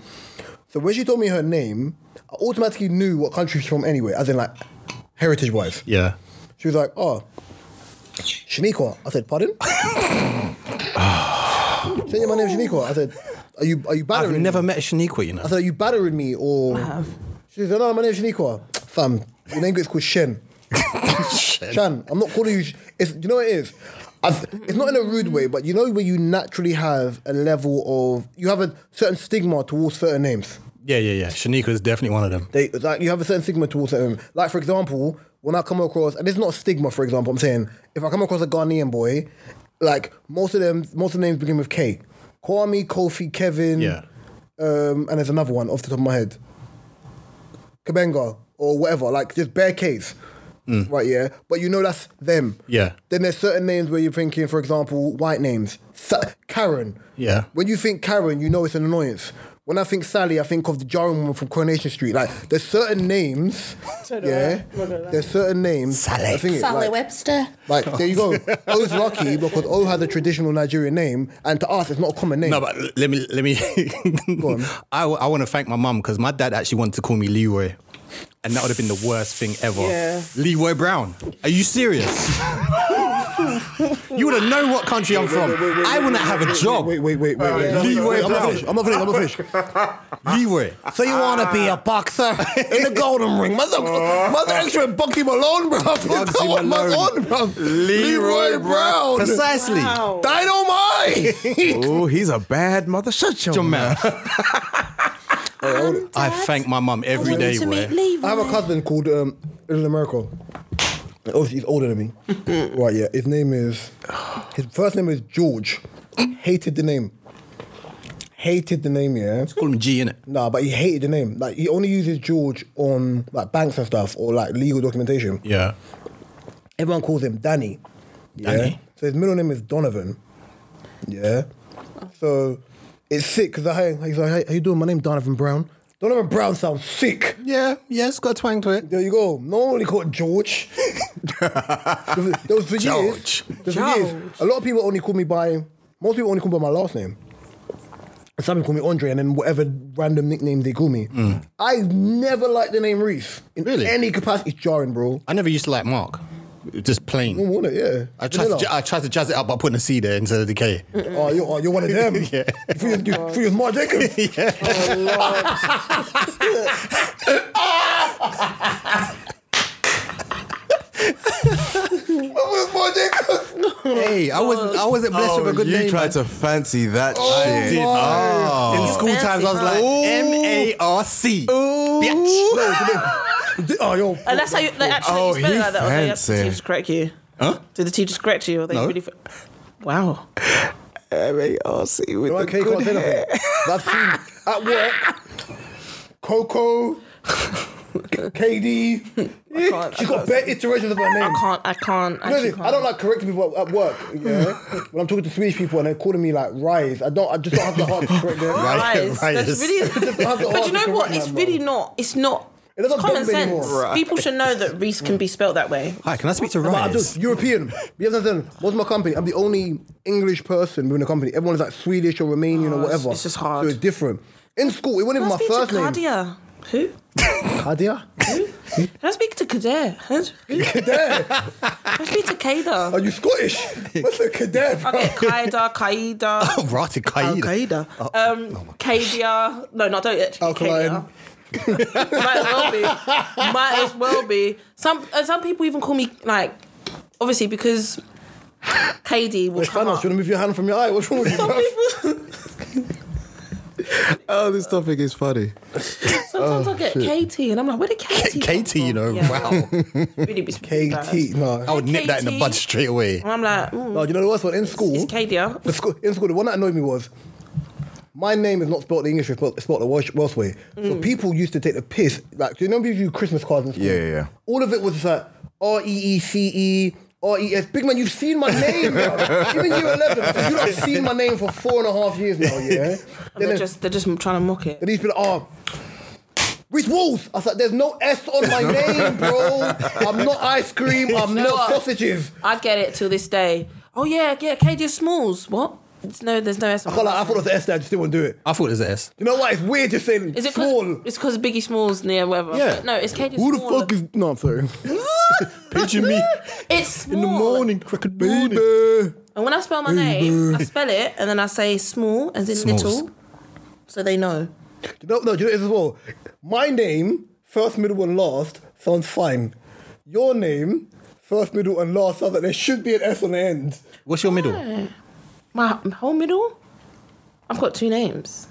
So when she told me her name, I automatically knew what country she's from anyway, as in like heritage wise. Yeah. She was like, oh, Shaniqua. I said, pardon? She said, "Yeah, my name's Shaniqua. I said, are you, are you I've battering me?" never met Shaniqua, you know. I said, are you battering me or? She said, no, my name's Shaniqua. Fam, your name gets called Shen. Shan, I'm not calling you. Sh- It's, you know what it is? I've, it's not in a rude way, but you know where you naturally have a level of, you have a certain stigma towards certain names. Yeah, yeah, yeah. Shaniqua is definitely one of them. They like you have a certain stigma towards them. Like for example, when I come across, and it's not stigma. For example, I'm saying if I come across a Ghanaian boy, like most of them, most of the names begin with K. Kwame, Kofi, Kevin, Yeah. um, and there's another one off the top of my head. Kabenga or whatever, like just bare case. Right, yeah. But you know that's them. Hmm. Yeah. Then there's certain names where you're thinking, for example, white names. Sa- Karen. Yeah. When you think Karen, you know it's an annoyance. When I think Sally, I think of the jarring woman from Coronation Street. Like, there's certain names. So do I. yeah. I'm not gonna lie. There's certain names. Sally. I think it, Sally like- Webster. like, there you go. O's lucky because O has a traditional Nigerian name, and to us, it's not a common name. No, but l- let me let me. on. I want to thank my mum because my dad actually wanted to call me Leroy, and that would have been the worst thing ever. Yeah. Leroy Brown. Are you serious? you would have known what country I'm from. I wouldn't have a job. Wait, wait, wait, wait. wait. Leroy I'm not Brown. finished. I'm not finished. I'm not finished. Leroy. So you want to be a boxer in the Golden Ring? Mother, mother extra Bucky Malone, bro. Bugsy Malone. Leroy Brown. Precisely. Wow. Dynamite. Oh, he's a bad mother. Shut your, Your mouth. mouth. Um, I Dad, thank my mum I every want you day. to boy. meet Levi. I have a cousin called um, Little America. Obviously, he's older than me. right, yeah. His name is. His first name is George. Hated the name. Hated the name, yeah. Call him G in it. Nah, but he hated the name. Like he only uses George on like banks and stuff or like legal documentation. Yeah. Everyone calls him Danny. Danny. Yeah. So his middle name is Donovan. Yeah. So it's sick because I he's like, hey, how you doing? My name Donovan Brown. Donovan Brown sounds sick. Yeah. Yeah. It's got a twang to it. There you go. Normally called George. Those for years. George. There was for years, A lot of people only call me by. Most people only call me by my last name. And Some people call me Andre, and then whatever random nickname they call me. I never liked the name Reese in Mm. Really? any capacity. It's jarring, bro. I never used to like Mark. Just plain. I want it, yeah. I tried, to, Vanilla. ju- I tried to jazz it up by putting a C there instead of the K. Oh, you're, oh, you're one of them. Yeah. For you, you, for you, Mark Jacobs. Hey, I wasn't. I wasn't blessed with a good Oh, you name. tried to man. fancy that I shit. did. In school Fancy, times, I was huh? like Ooh. M A R C. Bitch. oh, yo. And that's how you like, actually Oh, you spell it he like that. Or they have fancy. the teachers correct you? Huh? Did the teachers correct you? Or they really? F- wow. M-A-R-C with Right, K can't say nothing. That's seen at work. Coco, KD. I can't. She's I got bare iterations of her name. I can't. I can't. You know actually this, can't. I don't like correcting people at, at work. Yeah? when I'm talking to Swedish people and they're calling me like Rise, I don't. I just don't have the heart to correct them. Right. Lies. Lies. That's really. have the but you heart to know what? correct It's that, really bro. not. It's not. It doesn't It's common bend sense. anymore. Right. People should know that Reese can be spelt that way. Hi, can I speak to But I Rise? just European. You understand? What's my company? I'm the only English person within the company. Everyone's like Swedish or Romanian or Oh, it's- whatever. it's just hard. So it's different. In school, it wasn't even Can I my speak first to name. Kadia? Who? Kadia. Can I speak to Kader? Who? Can Kader. I speak to Are Oh, Kader? you Scottish? What's a Kader? bro? Okay, Kaida, Kaida. Right, Al-Qaeda. Al-Qaeda. oh Um, Kadia. No, no, don't actually. Alkaline. Kadia. Might as well be. Might as well be. Some uh, some people even call me like, obviously because KD will Wait, come Thanos, up. you wanna move your hand from your eye? What's wrong with you? Some bruv? people. Oh, this topic is funny. Sometimes I get Katie, and I'm like, where did Katie? come Oh, Katie, you from? know, Yeah. wow. Really be KT. I No. would nip that in the Katie. bud straight away. And I'm like, mm, No, do Oh, you know the worst one? In school, it's Kadia. the school, in school, the one that annoyed me was my name is not spelled the English way, it's spelled the Welsh, Welsh way. Mm. So people used to take the piss. Like, do you know people do Christmas cards in school? Yeah, yeah, yeah. All of it was just like R E E C E. R-E-S. Big man, you've seen my name now. Even year 11. So you've seen my name for four and a half years now, yeah? Then They're it- just they're just trying to mock it. And he's been like, oh, Reese Walls. I was like, there's no S on my name, bro. I'm not ice cream. I'm know not what? sausages. I get it till this day. Oh yeah, yeah, Kadia Smalls. What? It's no, there's no S. I, can't lie, I thought it was an S there. I just didn't want to do it. I thought it was an S. You know what? It's weird just saying Is it small. because it's because Biggie Smalls near whatever? Yeah. No, it's Kadia. Who the Smalls. fuck is. No, I'm sorry. Pigeon me It's small. in the morning, crooked morning. Baby. And when I spell my name, I spell it and then I say small as in Smalls. little, so they know. No, no, do you know what it is as well? My name, first, middle, and last, sounds fine. Your name, first, middle, and last, sounds like there should be an S on the end. What's your middle? All Right. My my whole middle. I've got two names.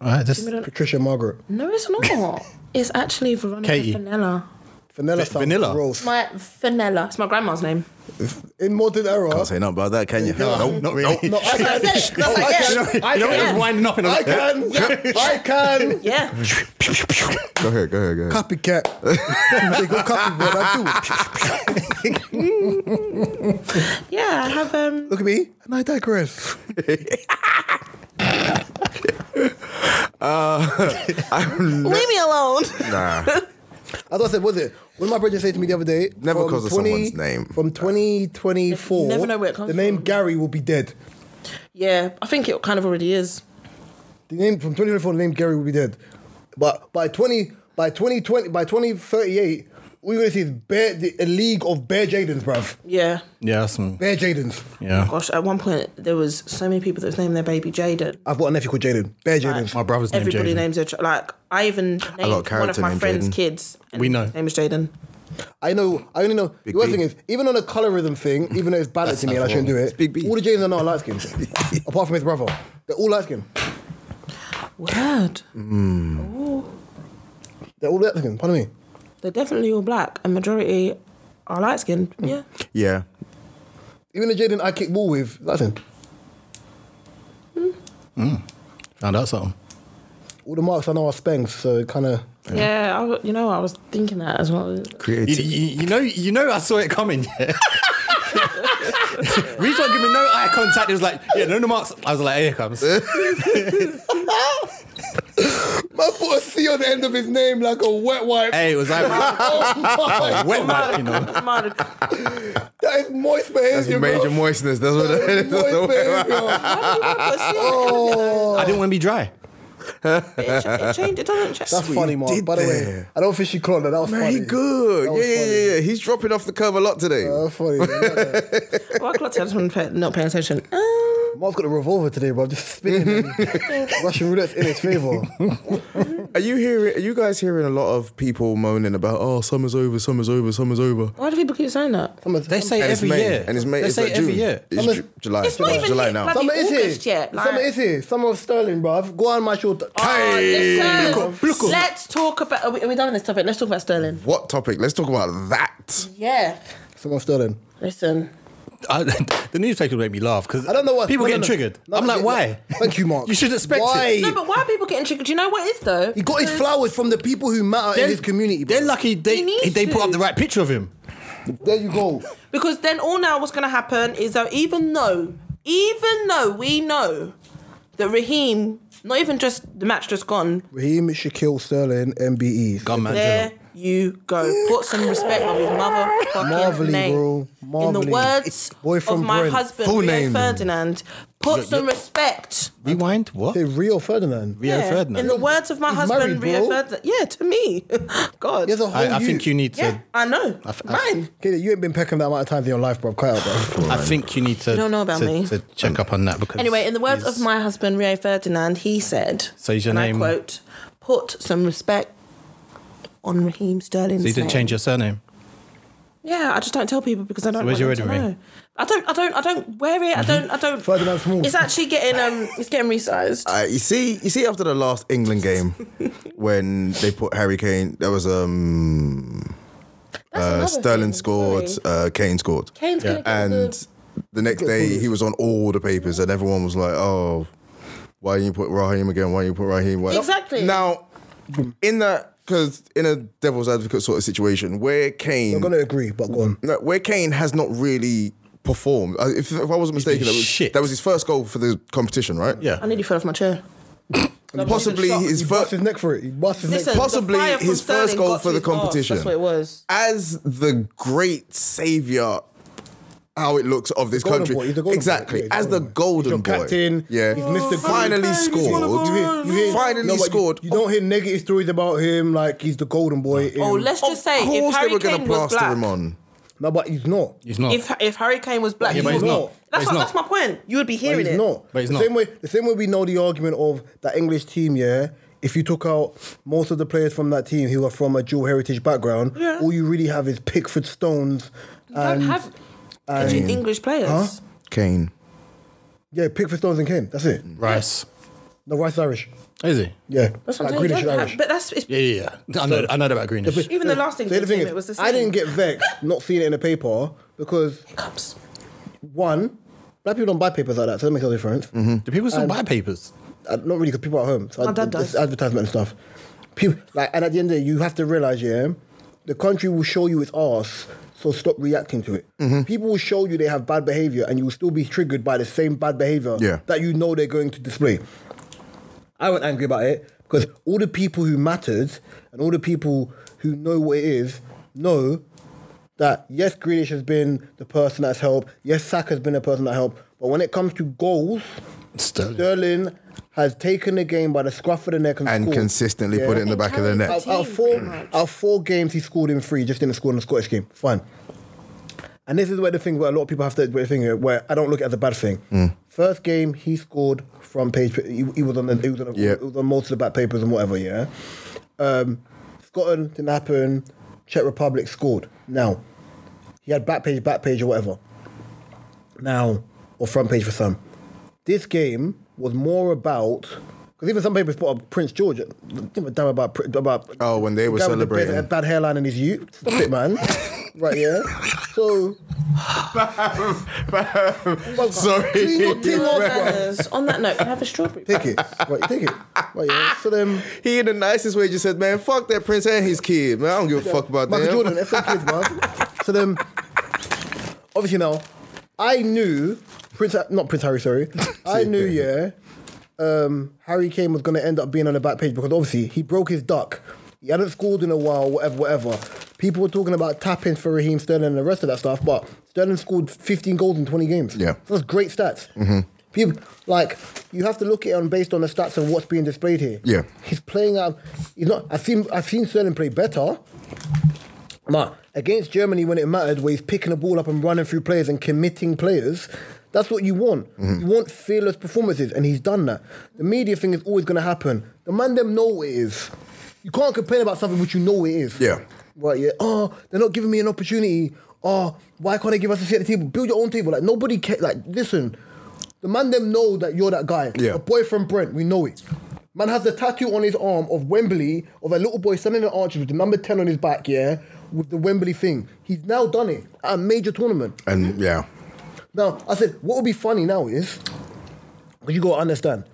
right, just Middle- Patricia Margaret. No, it's not. it's actually Veronica Katie. Fenella. Vanilla. Va- sounds vanilla. gross. My vanilla. It's my grandma's name. In modern era. Can't say nothing about that, can you? Yeah. No, not really. No, I That's what I can. said. That's what I Oh, I said. can. I You know, it was can. winding up and I I was like, can. I can. Yeah. Go ahead, go ahead, go ahead. Copycat. they go copycat. I do. Yeah, I have um Look at me, and I digress. Leave me alone. Nah. As I said, was it? What did my brother say to me the other day? Never from cause of 20 someone's name. From 2024, You never know where it comes the name from. Gary will be dead. Yeah, I think it kind of already is. The name from 2024, the name Gary will be dead. But by 20, by 2020, by 2038, we're gonna see bear, the, a league of Bear Jadens, bruv. Yeah. yeah, that's some, Bear Jadens. yeah. Gosh, at one point there was so many people that was naming their baby Jaden. I've got a nephew called Jaden. Bear Jadens. My brother's named Everybody Jaden. names their child. Like I even named a one of character my named friend's Jaden. kids. and We know. His name is Jaden. I know. I only know. the worst B. thing is, even on the colorism thing, even though it's bad to me and I shouldn't do it, Big B. all the Jadens are not light skinned, apart from his brother. They're all light skinned. Word. They're all light skinned. Pardon me. They're definitely all black and majority are light skinned. Yeah. Yeah. Even the Jaden I kick ball with, light skinned. Found out something. All the marks I know are spangs, so kind of. Yeah, I, w- you know, I was thinking that as well. You, Creative. you, you know, you know, I saw it coming. Yeah. Reach not give me no eye contact. It was like, yeah, no, no marks. I was like, here it comes. Man put a C on the end of his name like a wet wipe. hey, it was like Oh my! wet wipe, you know. Mad. that is moist behavior. Major bro. moistness. That's what it is. Moist behavior. Oh, I didn't want to be dry. It, cha- it changed. It doesn't change. That's funny, Mark. did By the way, there. I don't think she clocked that. That was Very funny. good. That Yeah, was yeah, funny. Uh, yeah, yeah. He's dropping off the curve a lot today. That was funny. man. Like that. Well, I clocked it. I just wasn't pay, not paying attention. Um, Mark's got a revolver today, bro. Just spinning. and Russian roulette's in his favor. Are you hearing? Are you guys hearing a lot of people moaning about? Oh, summer's over. Summer's over. Summer's over. why do people keep saying that? They say And it's every May. year. And it's May. They it's say like every June. year. It's Summer's- Ju- July. It's not July, even July yet, now. bloody- Summer is here. August yet, like- Summer is here. Summer of Sterling, bruv. Go on, my Ah, shoulder. Hey. Listen, Look, look. let's talk about. Are we, are we done with this topic? Let's talk about Sterling. What topic? Let's talk about that. Yeah. Summer of Sterling. Listen. I, the newspaper made me laugh because I don't know why people no, no, getting no. triggered. No, I'm no, like, no. why? Thank you, Mark. You should expect Why? it. No, but why are people getting triggered? Do you know what it is though? He got his flowers from the people who matter in his community. Bro. They're lucky He they needs they put to. up the right picture of him. There you go. Because then all now what's going to happen is that even though, even though we know that Raheem, not even just the match just gone, Raheem Shaquille Sterling, MBE. Gun man. there General. you go. Put some respect on his motherfucking Marvelly, name. bro. In Marvelly. the words Boy of from my Brent. husband, Full Rio name. Ferdinand, put some respect. Rewind. What? Hey, Rio Ferdinand. Rio Yeah, Ferdinand. In the words of my He's husband, married, Rio bro. Ferdinand. Yeah, to me. God. He has a whole I, I think you need to. yeah, I know. Mine. Okay, you ain't been pecking that amount of times in your life, bro. Quite out, bro. I think you need to. don't know about to, me. to check up on that because. Anyway, in the words he's- of my husband Rio Ferdinand, he said, So is your and name- I quote, "Put some respect on Raheem Sterling's so you didn't name." change your surname. Yeah, I just don't tell people because I don't. where's want your them to wedding know. I don't. I don't. I don't wear it. I don't. I don't. Ferdinand Small. It's actually getting um. It's getting resized. Uh, you see, you see, after the last England game, when they put Harry Kane, there was um That's uh, another Sterling thing, scored, sorry. uh, Kane scored, Kane's gonna Yeah. get and the- the next day he was on all the papers, and everyone was like, "Oh, why you put Raheem again? Why you put Raheem?" Why? Exactly. Now, in that because in a devil's advocate sort of situation where Kane, I'm gonna agree, but go on. no, where Kane has not really performed. Uh, If, if I wasn't been mistaken, that was, shit. that was his first goal for the competition, right? I nearly fell off my chair. Possibly He his He first. bust his neck for it. He bust his Listen, neck. the possibly fire from his first Sterling goal got for to the his arse. competition. That's what it was. As the great savior, how it looks of this golden country. boy, he's the golden boy. exactly. Yeah, he's As the golden boy. He's golden your boy. captain. Yeah. He's Mr. Good. Finally He's scored. You hear- you hear- Finally No, but you- scored. You, don't hear negative stories about him, like he's the golden boy. In, Oh, let's Of just say if course they Harry were gonna Kane was plaster black, him on. no, but he's not. He's not. If if Harry Kane was black, Yeah, you but would he's be. not. But That's he's what, not. that's my point. You would be But hearing he's it. not. But he's the not. Same way, the same way we know the argument of that English team, yeah. If you took out most of the players from that team who are from a dual heritage background, Yeah. all you really have is Pickford Stones. uh, You don't have you English players. Kane. Yeah, Pickford Stones and Kane. That's it. Rice. No, Rice Irish. Is he? Yeah, That's what I'm like saying. Greenish Don't Irish. have- But that's it's, Yeah, yeah, yeah. I know, I know that about Greenish. even the last thing So they thing did is, it was the same. I didn't get vexed not seeing it in the paper because cups. one, black people don't buy papers like that, so that makes no difference. Do people Um, still buy papers? Uh, not really because people are at home. So My I- dad it's does. advertisement and stuff. People like, and at the end of the day, you have to realize, yeah, the country will show you its ass. So stop reacting to it. People will show you they have bad behavior, and you will still be triggered by the same bad behavior Yeah. that you know they're going to display. I was angry about it because all the people who mattered and all the people who know what it is know that yes, Grealish has been the person that's helped. Yes, Saka has been the person that helped. But when it comes to goals, Sterling. Sterling has taken the game by the scruff of the neck and, and scored. consistently Yeah. put it in the back of the Carried net. the Out, out team, four, pretty much. out four games, he scored in three. Just didn't score in the Scottish game. Fine. And this is where the thing where a lot of people have to where the thing where I don't look at it as a bad thing. Mm. First game, he scored from page. He, he was on the he was on, the- Yeah. he was on most of the back papers and whatever. Yeah. Um, Scotland didn't happen. Czech Republic scored. Now, he had back page, back page, or whatever. Now, or front page for some. This game was more about because even some papers put up Prince George. Didn't give a damn about Pri- about. Oh, when they were Gavin De Bruyne celebrating. had uh, bad hairline in his youth. Stop it, man. right, yeah. So Sorry. clean your team up. Manners. On that note, can I have a strawberry? Take it. Right, take it. Right, yeah. So then. He in the nicest way just said, man, fuck that prince and his kid, man. I don't give a fuck about Michael that. Jordan, that's them kids, man. So then, obviously now, I knew Prince, not Prince Harry, sorry. I knew, yeah, um, Harry Kane was going to end up being on the back page because obviously he broke his duck. He hadn't scored in a while, whatever, whatever. People were talking about tapping for Raheem Sterling and the rest of that stuff, but Sterling scored 15 goals in 20 games. Yeah. Mm-hmm. So that's great stats. People, like, you have to look at it on based on the stats and what's being displayed here. Yeah. He's playing out. He's not. I've seen. I've seen Sterling play better. But against Germany, when it mattered, where he's picking the ball up and running through players and committing players, that's what you want. You want fearless performances, and he's done that. The media thing is always going to happen. The man them know it is. You can't complain about something which you know it is. Yeah. Right. Yeah. Oh, they're not giving me an opportunity. Oh, why can't they give us a seat at the table? Build your own table. Like nobody care. Like listen, the man them know that you're that guy. Yeah. A boy from Brent, we know it. Man has the tattoo on his arm of Wembley of a little boy standing in the arches with the number ten on his back. Yeah, with the Wembley thing. He's now done it at a major tournament. And yeah. Now, I said, what would be funny now is, because you got to understand,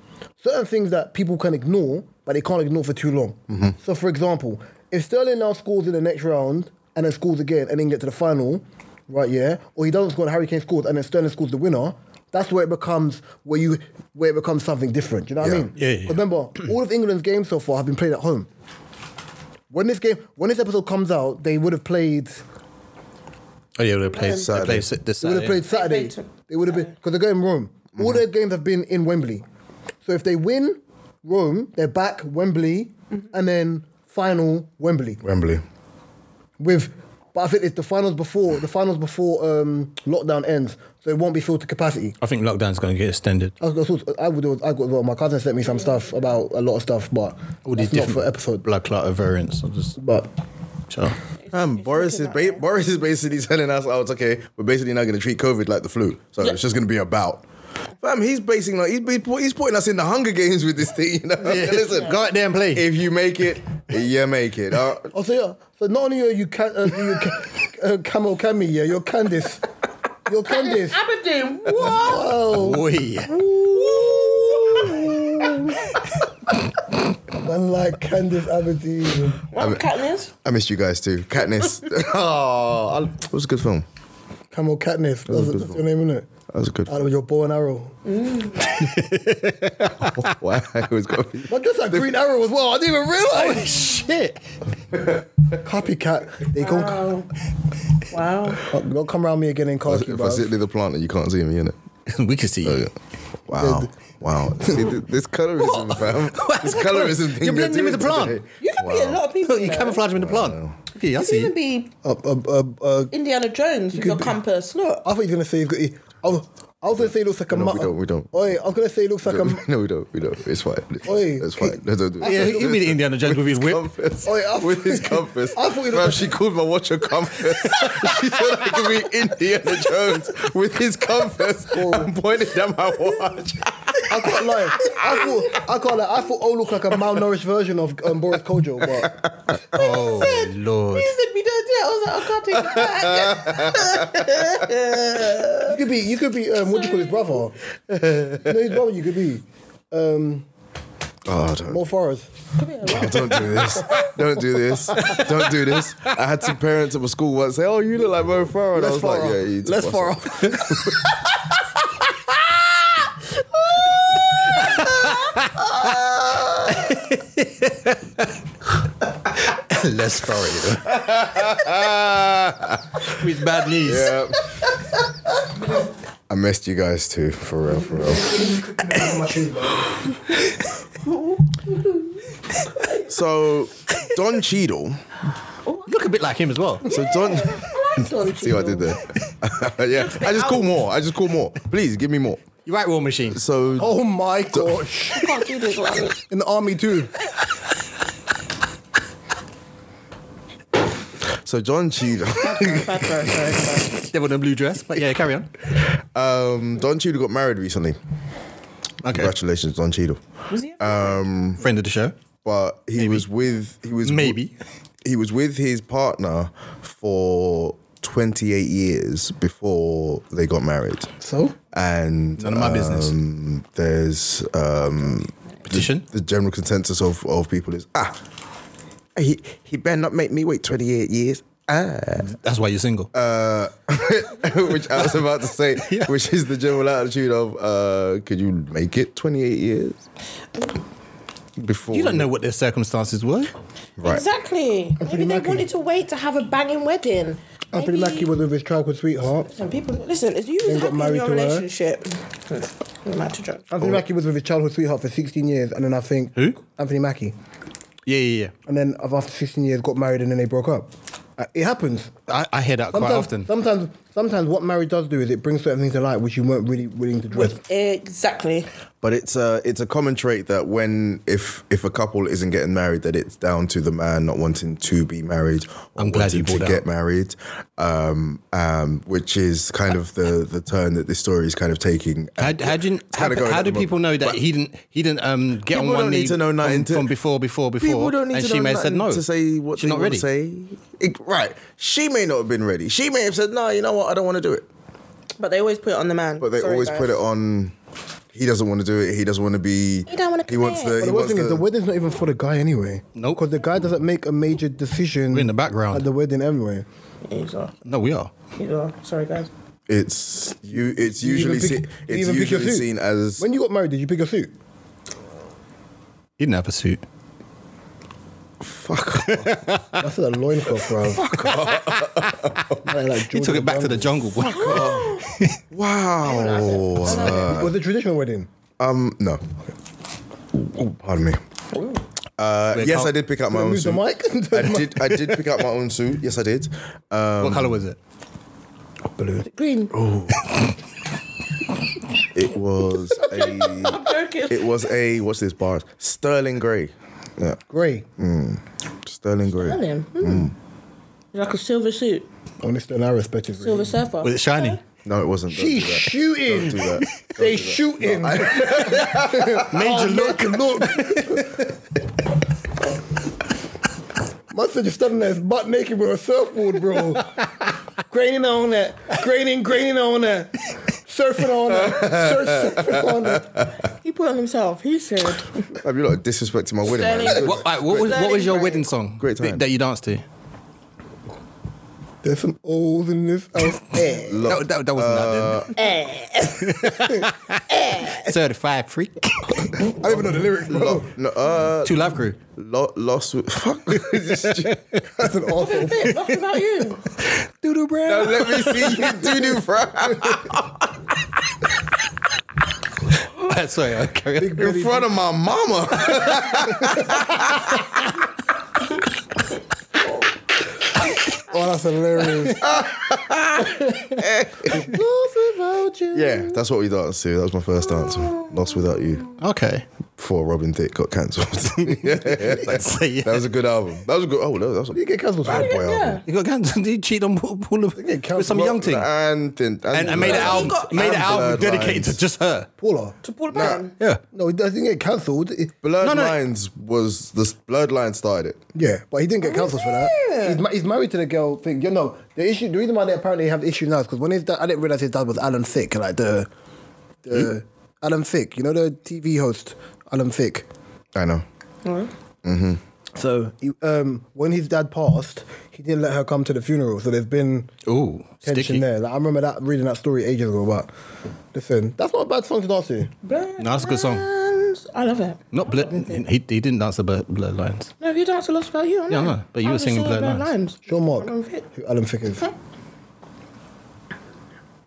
certain things that people can ignore, but they can't ignore for too long. So, for example, if Sterling now scores in the next round and then scores again and then get to the final, right, yeah, or he doesn't score and Harry Kane scores and then Sterling scores the winner, that's where it becomes where you where it becomes something different. Do you know what Yeah. I mean? Yeah, yeah, yeah. Remember, all of England's games so far have been played at home. When this game, when this episode comes out, they would have played. Oh yeah, they play. They Saturday. play si- this They would have Saturday. played Saturday. They played They would have been because they're going Rome. All their games have been in Wembley. So if they win Rome, they're back Wembley, and then final Wembley Wembley. with. But I think it's the finals before the finals before um, lockdown ends, so it won't be filled to capacity. I think lockdown's going to get extended. I, was- I was- I would. I got well, my cousin sent me some stuff about a lot of stuff, but All these that's not different for episode. blood clot variants. I'll just But chill. Um, Boris is ba- Boris is basically telling us, "Oh, it's okay. We're basically not going to treat COVID like the flu, so it's just going to be about." Fam, he's basing like he's, he's he's putting us in the Hunger Games with this thing. You know, listen, Goddamn play. if you make it, you make it. Uh, oh, so yeah. So not only are you can, uh, you can, uh, Camo Cami, yeah, you're Candice, you're Candice. Aberdeen. What? Oh, Oi. man, like Candice Aberdeen. What Katniss? I missed you guys too, Katniss. oh, I- it was a good film. Camel Katniss. That's, that's your name, isn't it? That was a good. Out film. of your bow and arrow. Why it was good. But just that green arrow as well. I didn't even realize. Shit. Copycat. They gon' Wow. wow. don't, don't come around me again in khaki, If I bro. sit near the plant and you can't see me in it. we can see you. Wow. Wow. See, th- this colorism, fam. This colorism thing. You're blending doing with the plant. today. You could be a lot of people. Look, you camouflage him in the plant. Okay, I You could see. even you. be Uh, uh, uh, uh, Indiana Jones with your compass. Look. I thought you were gonna say he's got. he- I was, I was gonna say he looks like a No, we mutton. don't, we don't. Oi, I was gonna say he looks like a. m- no, we don't. We don't. It's fine. It's Oi. fine. It's fine. No, don't do it. Yeah, he'll be the Indiana Jones with his whip. compass. Oi, I- with his compass. I thought you Fam, looked- she called my watch a compass. she said I could be Indiana Jones with his compass. I'm pointing at my watch. I can't lie. I thought I can't lie. I thought O looked like a malnourished version of um, Boris Kojo, but Oh, Lord. He said we don't do it. I was like, oh, I can't take it back. you could be you could be um, what do you call his brother? you know his brother you could be. Um, Oh, I don't, Mo Forest. oh, don't do this. Don't do this. Don't do this. I had some parents at my school once say, "Oh, you look like Mo Farah." And I Less was like, far "Yeah, you off. did Less bust far it." off. Less sorry. With bad knees. Yeah. I missed you guys too, for real, for real. so, Don Cheadle. Look a bit like him as well. So Don. See what I did there? yeah, I just call more. I just call more. Please give me more. You're right, War Machine. So Oh my gosh. I can't do this one. In the army too. so Don Cheadle. Bad bro, sorry, sorry. Devil in a blue dress. But yeah, carry on. Um, Don Cheadle got married recently. Okay. Congratulations, Don Cheadle. Was he? Friend of the show. But he was with he was Maybe. he was with his partner for 28 years before they got married. So? And None of my business. um, there's um, Petition. the general consensus of, of people is ah he he better not make me wait 28 years ah That's why you're single. Uh, which I was about to say which is the general attitude of uh could you make it 28 years before you don't know what their circumstances were. right Exactly. Maybe they lucky. wanted to wait to have a banging wedding. I'm pretty lucky with with his childhood sweetheart. Some people listen. If you Then was got happy in married your to her. relationship, you might to drop. Anthony Mackie was with his childhood sweetheart for 16 years, and then I think Who? Anthony Mackie, Yeah, yeah, yeah. and then after 16 years got married, and then they broke up. Uh, It happens. I, I hear that Sometimes, quite often. sometimes, sometimes, what marriage does do is it brings certain things to light which you weren't really willing to address. Exactly. but it's a it's a common trait that when if if a couple isn't getting married that it's down to the man not wanting to be married or I'm glad wanting you to brought get that up. married um um which is kind of the the turn that this story is kind of taking How, how do you, how, kinda going how at do the moment. people know that he didn't he didn't um, get on People one don't knee need to know nothing from, to- from before before before People don't need and to she know may have said nothing no to say what she's they not ready want to say. It- right. She may not have been ready. She may have said, no, you know what? I don't want to do it. But they always put it on the man. But they always put it on. He doesn't want to do it. He doesn't want to be. He don't wanna He wants the. commit. But He the worst wants thing is the the. wedding's not even for the guy anyway. Nope. because the guy doesn't make a major decision. We're in the background. at the wedding anyway. on. no we are Sorry, guys. It's you. It's Do you even usually. pick- se- do you it's even pick your usually suit? seen as. When you got married, did you pick a suit? he didn't have a suit That's a loincloth, bro. he took it back to the jungle boy Wow. Uh, It was a traditional wedding. um. No. Oh, pardon me. Uh, yes, I did pick out my own Move the suit. mic. I did. I did pick out my own suit. Yes, I did. Um, what color was it Green. Oh. it was a. It was a what's this bars? Sterling grey. Yeah, Grey. Mm. sterling grey. Him. Mm. Like a silver suit, Honest and I respect it. silver surfer. was it shiny No, it wasn't. Don't do She's that. shooting. Do that. They shooting. Oh, major look Must have just standing there butt naked with a surfboard, bro. graining on that. Graining, graining on that. Surfing on that. Surf, surfing on that. He put it on himself. He said, Have you lot disrespecting my wedding? man? Sterling- what, alright, what was, what was your wedding song Great Uh, that- time. that you danced to There's some O's in this house. Eh. that, that, that wasn't uh, that "Eh." then certified freak I don't even know the lyrics, bro. No, uh, two love crew lo- lost. With, fuck. That's an awful. "Babe, that's about you." doodle Now brown let me see you do do sorry I'll carry on. in front of my mama. Oh, that's hilarious. yeah, that's what we danced to. That was my first dance. Lost without you. okay before Robin Thicke got cancelled. So, yeah. That was a good album. That was a good. Oh, no, that was a You get cancelled. bad boy album. You got cancelled. Did you cheat on Paul- Paul of- with some young thing? and and, And I made an he album, got- made an and album Blurred dedicated Lines. to just her. Paula. To Paul Brown. Yeah. No, he doesn't get cancelled. It- Blurred No, no. Lines was the Blurred Lines started it. Yeah, but he didn't get cancelled for that. He's, ma- he's married to the girl thing. You know, the issue, the reason why they apparently have the issue now is because when his dad, I didn't realize his dad was Alan Thicke, like the, the Alan Thicke, you know, the TV host, Alan Thicke. I know. So he, um, when his dad passed, he didn't let her come to the funeral. So there's been Ooh, tension sticky. there. Like, I remember that reading that story ages ago. But listen, that's not a bad song to dance to. No, that's a good song. I love it. Not blur. He, he didn't dance the blurred, blurred lines. No, you danced a lot about you. I Yeah, I know. know, but you I were was singing Blurred Blurred Lines. Sean Mark, Alan Thicke. who Alan Thicke is.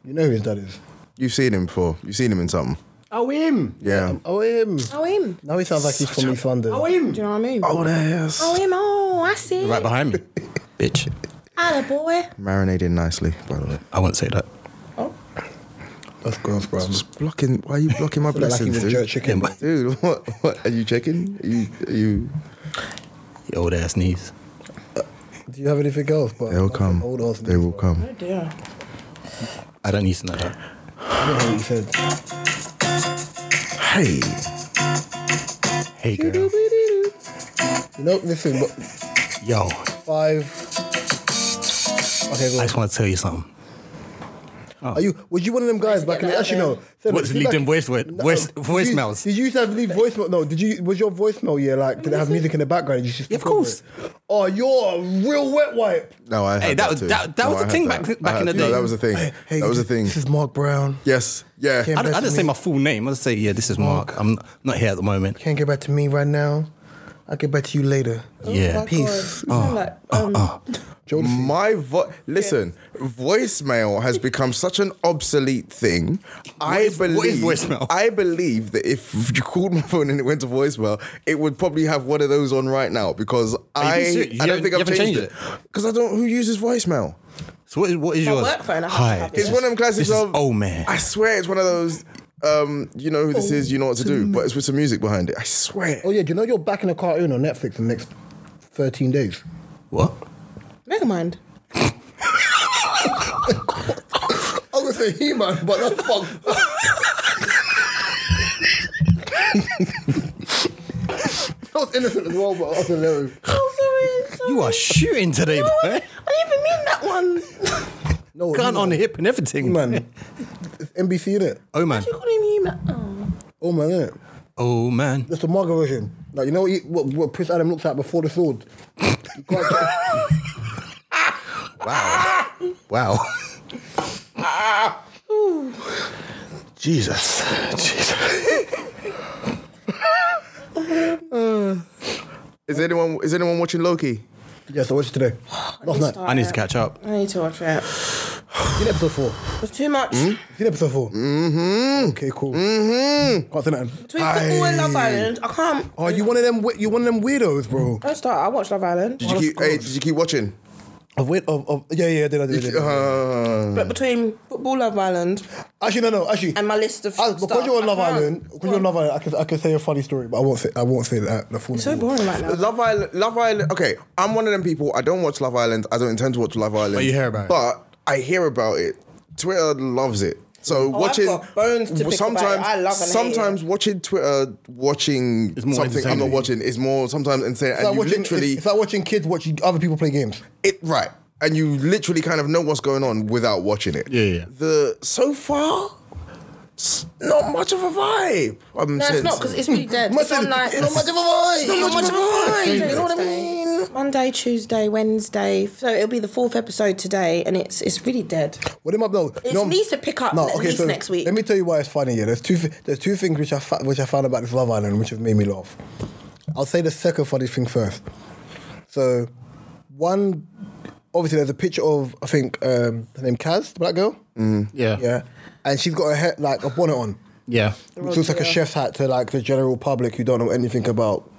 You know who his dad is. You've seen him before. You've seen him in something. Oh him. Yeah. Oh him. Oh him. Now he sounds like he's from East London. Oh him. Do you know what I mean? Oh, there's Oh him. Oh, I see. Right behind me, bitch. Atta boy. marinating nicely. By the way, I won't say that. That's gross, bro. just blocking. Why are you blocking my Like he blessings, was dude? jerk chicken. Yeah, Dude, what, what? Are you checking? Are you, are you? Your old ass knees. Do you have anything else? But They'll come. Old horse. They will come. Oh dear. I don't need to know that. You know what he said. Hey, Hey girl, You know, listen, but yo, five. Okay, go. I on. just want to tell you something. Are you? Was you one of them guys back in the? Actually, no. Send What's it. See, leaked back- in voice- voice- did you- voicemails? Did you used to have leave voicemail? No. Did you? Was your voicemail? Yeah, like did it have music in the background? Did you just Yeah, of skip over course. it? Oh, you're a real wet wipe. no, I. Had Hey, that was- too. that- that No, was I the had thing that. back- I back in had- the No, day. that was the thing. that was the thing. This is Mark Brown. Yes. Yeah. Came I, back I to didn't say me. my full name. I just say yeah. This is Mark. I'm not here at the moment. Can't get back to me right now. I'll get back to you later. yeah. My Peace. God. You Oh. sound like, um, My vo- listen, voicemail has become such an obsolete thing. I is- believe what is voicemail? I believe that if you called my phone and it went to voicemail, it would probably have one of those on right now because I, serious? You I don't haven't- think you I've haven't changed, changed it because I don't. Who uses voicemail? So what is, what is My yours? work phone, I have to Hi. have it. It's this one of is- them classics This is of oh man. I swear it's one of those. Um, you know who this is. You know what to do, but it's with some music behind it. I swear. Oh yeah, do you know you're back in a cartoon on Netflix in the next thirteen days? what? oh. Never mind. I was gonna say He Man, but that's fuck. I was innocent as well, but I was hilarious. Oh, sorry. sorry. You are shooting today, No, I boy. eh? didn't even mean that one. No, Gun He-Man. on the hip and everything. Man, it's NBC in it. Oh man. you call him human. Oh. Oh man, innit? Oh man. That's the manga version. Like you know what, he, what, what Prince Adam looks like before the sword. You can't tell- Wow. Jesus. Jesus. Is anyone is anyone watching Loki? yeah, so what's today? Last night. I need to catch up. I need to watch it. Seen episode four. It's too much. Seen episode four. Mm-hmm. Okay, cool. Mm-hmm. Can't say nothing. Between football and Love Island, I can't. Oh, you one of them? we- You one of them weirdos, bro? Don't start. I watched Love Island. Did you keep? Hey, did you keep watching? Of, wait, of, of yeah, yeah, I did, I did, I did. Uh, But between football, Love Island, Actually, no, no. Actually, and my list of I, stuff, Ah, because you're on I Love can't. Island, because you're on Love Island, I can, I can say a funny story, but I won't say I won't say that. The full It's so name. boring right now. Love Island. Love Island. Okay, I'm one of them people. I don't watch Love Island. I don't intend to watch Love Island. you hear about it. But I hear about it. Twitter loves it. So I've watching got bones to pick about it. sometimes I love and hate sometimes watching Twitter watching more something I'm not entertaining. watching is more sometimes insane. It's And like, you watching, literally it's, it's like watching kids watch other people play games. it right, and you literally kind of know what's going on without watching it. Yeah, yeah. The so far, s- not much of a vibe. I'm No, it's not because it's really dead. Must It's say on that like it's not much of a vibe. Not much of a vibe. You know what I mean? Monday, Tuesday, Wednesday. So it'll be the fourth episode today, and it's it's really dead. What am I no? It no, needs to pick up at least next week. Let me tell you why it's funny. Yeah, there's two thi- there's two things which I fa- which I found about this Love Island which have made me laugh. I'll say the second funny thing first. So, one obviously there's a picture of I think um, her name Kaz, the black girl. Yeah. Yeah, and she's got her head like a bonnet on. Yeah. Which looks like a chef's hat to like the general public who don't know anything about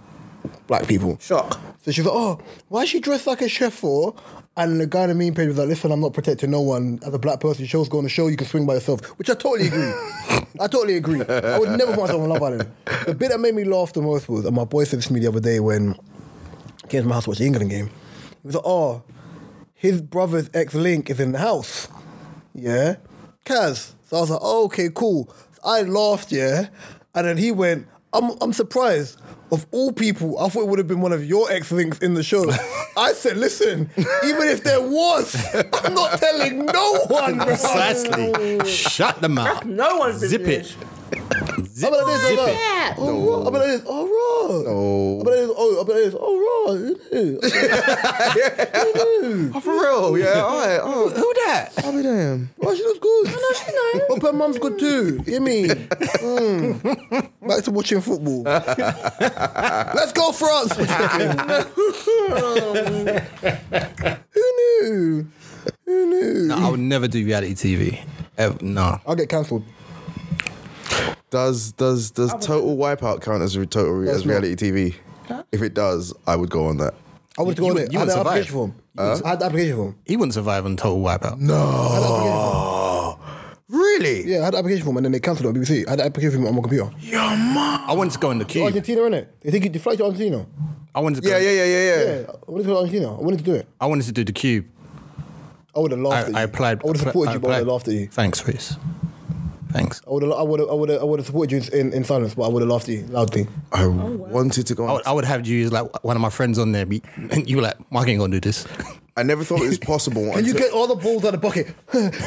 black people. Shock. So she was like, "Oh, why is she dressed like a chef for?" And the guy on the meme page was like, "Listen, I'm not protecting no one. As a black person, show's going to show you can swing by yourself," which I totally agree. I totally agree. I would never put myself on Love Island. The bit that made me laugh the most was, and my boy said this to me the other day when I came to my house to watch the England game. He was like, "Oh, his brother's ex link is in the house. Yeah. Kaz. So I was like, oh, okay, cool. I laughed, yeah. And then he went, I'm, I'm surprised. Of all people, I thought it would have been one of your ex links in the show. I said, listen, even if there was, I'm not telling no one, bro. Precisely. Shut them up. No one's Zip it. business. Zip, I'm like this, I'm zip like, it. oh, I'm like this, oh, raw. I'm like this, oh, I'm like this, oh, raw. Oh, for real? Yeah, all right. Oh, Who that? I'll be damn. Oh, she looks good. I know she nice. But her mum's good too. You mean? Mm. Back to watching football. Let's go France. Who knew? Who knew? No, I would never do reality TV. Ever. No. I'll get cancelled. Does does does total wipeout count as re- total re- as not. reality TV? If it does, I would go on that. I wanted to You- go on you it. would- you I had would an survive. application form. I had an application form. He wouldn't survive on Total Wipeout. No. I had an application form. Really? Yeah, I had an application form and then they cancelled it on BBC. I had an application form on my computer. I wanted to go in the queue. Argentina, innit? They think you deflect to Argentina. I wanted to go. Oh, Yeah, yeah, yeah, yeah, yeah. Yeah, I wanted to go to Argentina. I wanted to do it. I wanted to do the cube. I would have laughed at you. I, I applied. I would have supported you, but I would have applied. laughed at you. Thanks, Reese. Thanks. I would have, I would have, I would have, I would have supported you in, in silence, but I would have laughed at you loudly. I wanted to go I on. would, I would have you as like one of my friends on there. Be, and you were like, Mark ain't gonna do this. I never thought it was possible. And you until- get all the balls out of the bucket.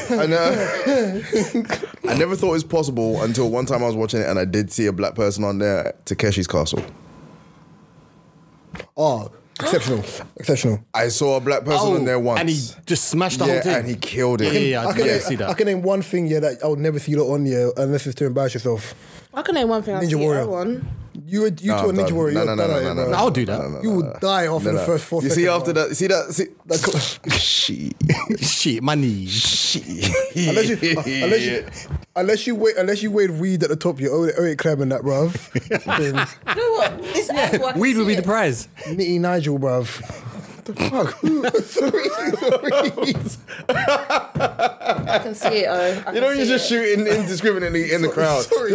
I know. I never thought it was possible until one time I was watching it and I did see a black person on there at Takeshi's Castle. Oh, exceptional, exceptional. I saw a black person on there once. Oh, and he just smashed the yeah, whole thing. and he killed Yeah, it. yeah, yeah, I, I can, did name, see that. I can name one thing yeah that I would never see you lot on yeah unless it's to embarrass yourself. I can name one thing. I'll Ninja see Warrior. you one. You would- you No, two are I'm Ninja done. Warrior. No, you're no, no, done no, at it, no, bro. no, I'll do that. You will die after the first four You see seconds, after bro. that, see that, see that. She, Shit, my knees. Unless you, unless you, unless you wait, unless you wait weed at the top, you're oh eight clamming that, bruv. You know what? This yeah. Weed would be the prize. Nitty Nigel, bruv. I can see it. Oh, I you know, you're just shooting indiscriminately in the crowd. Sorry.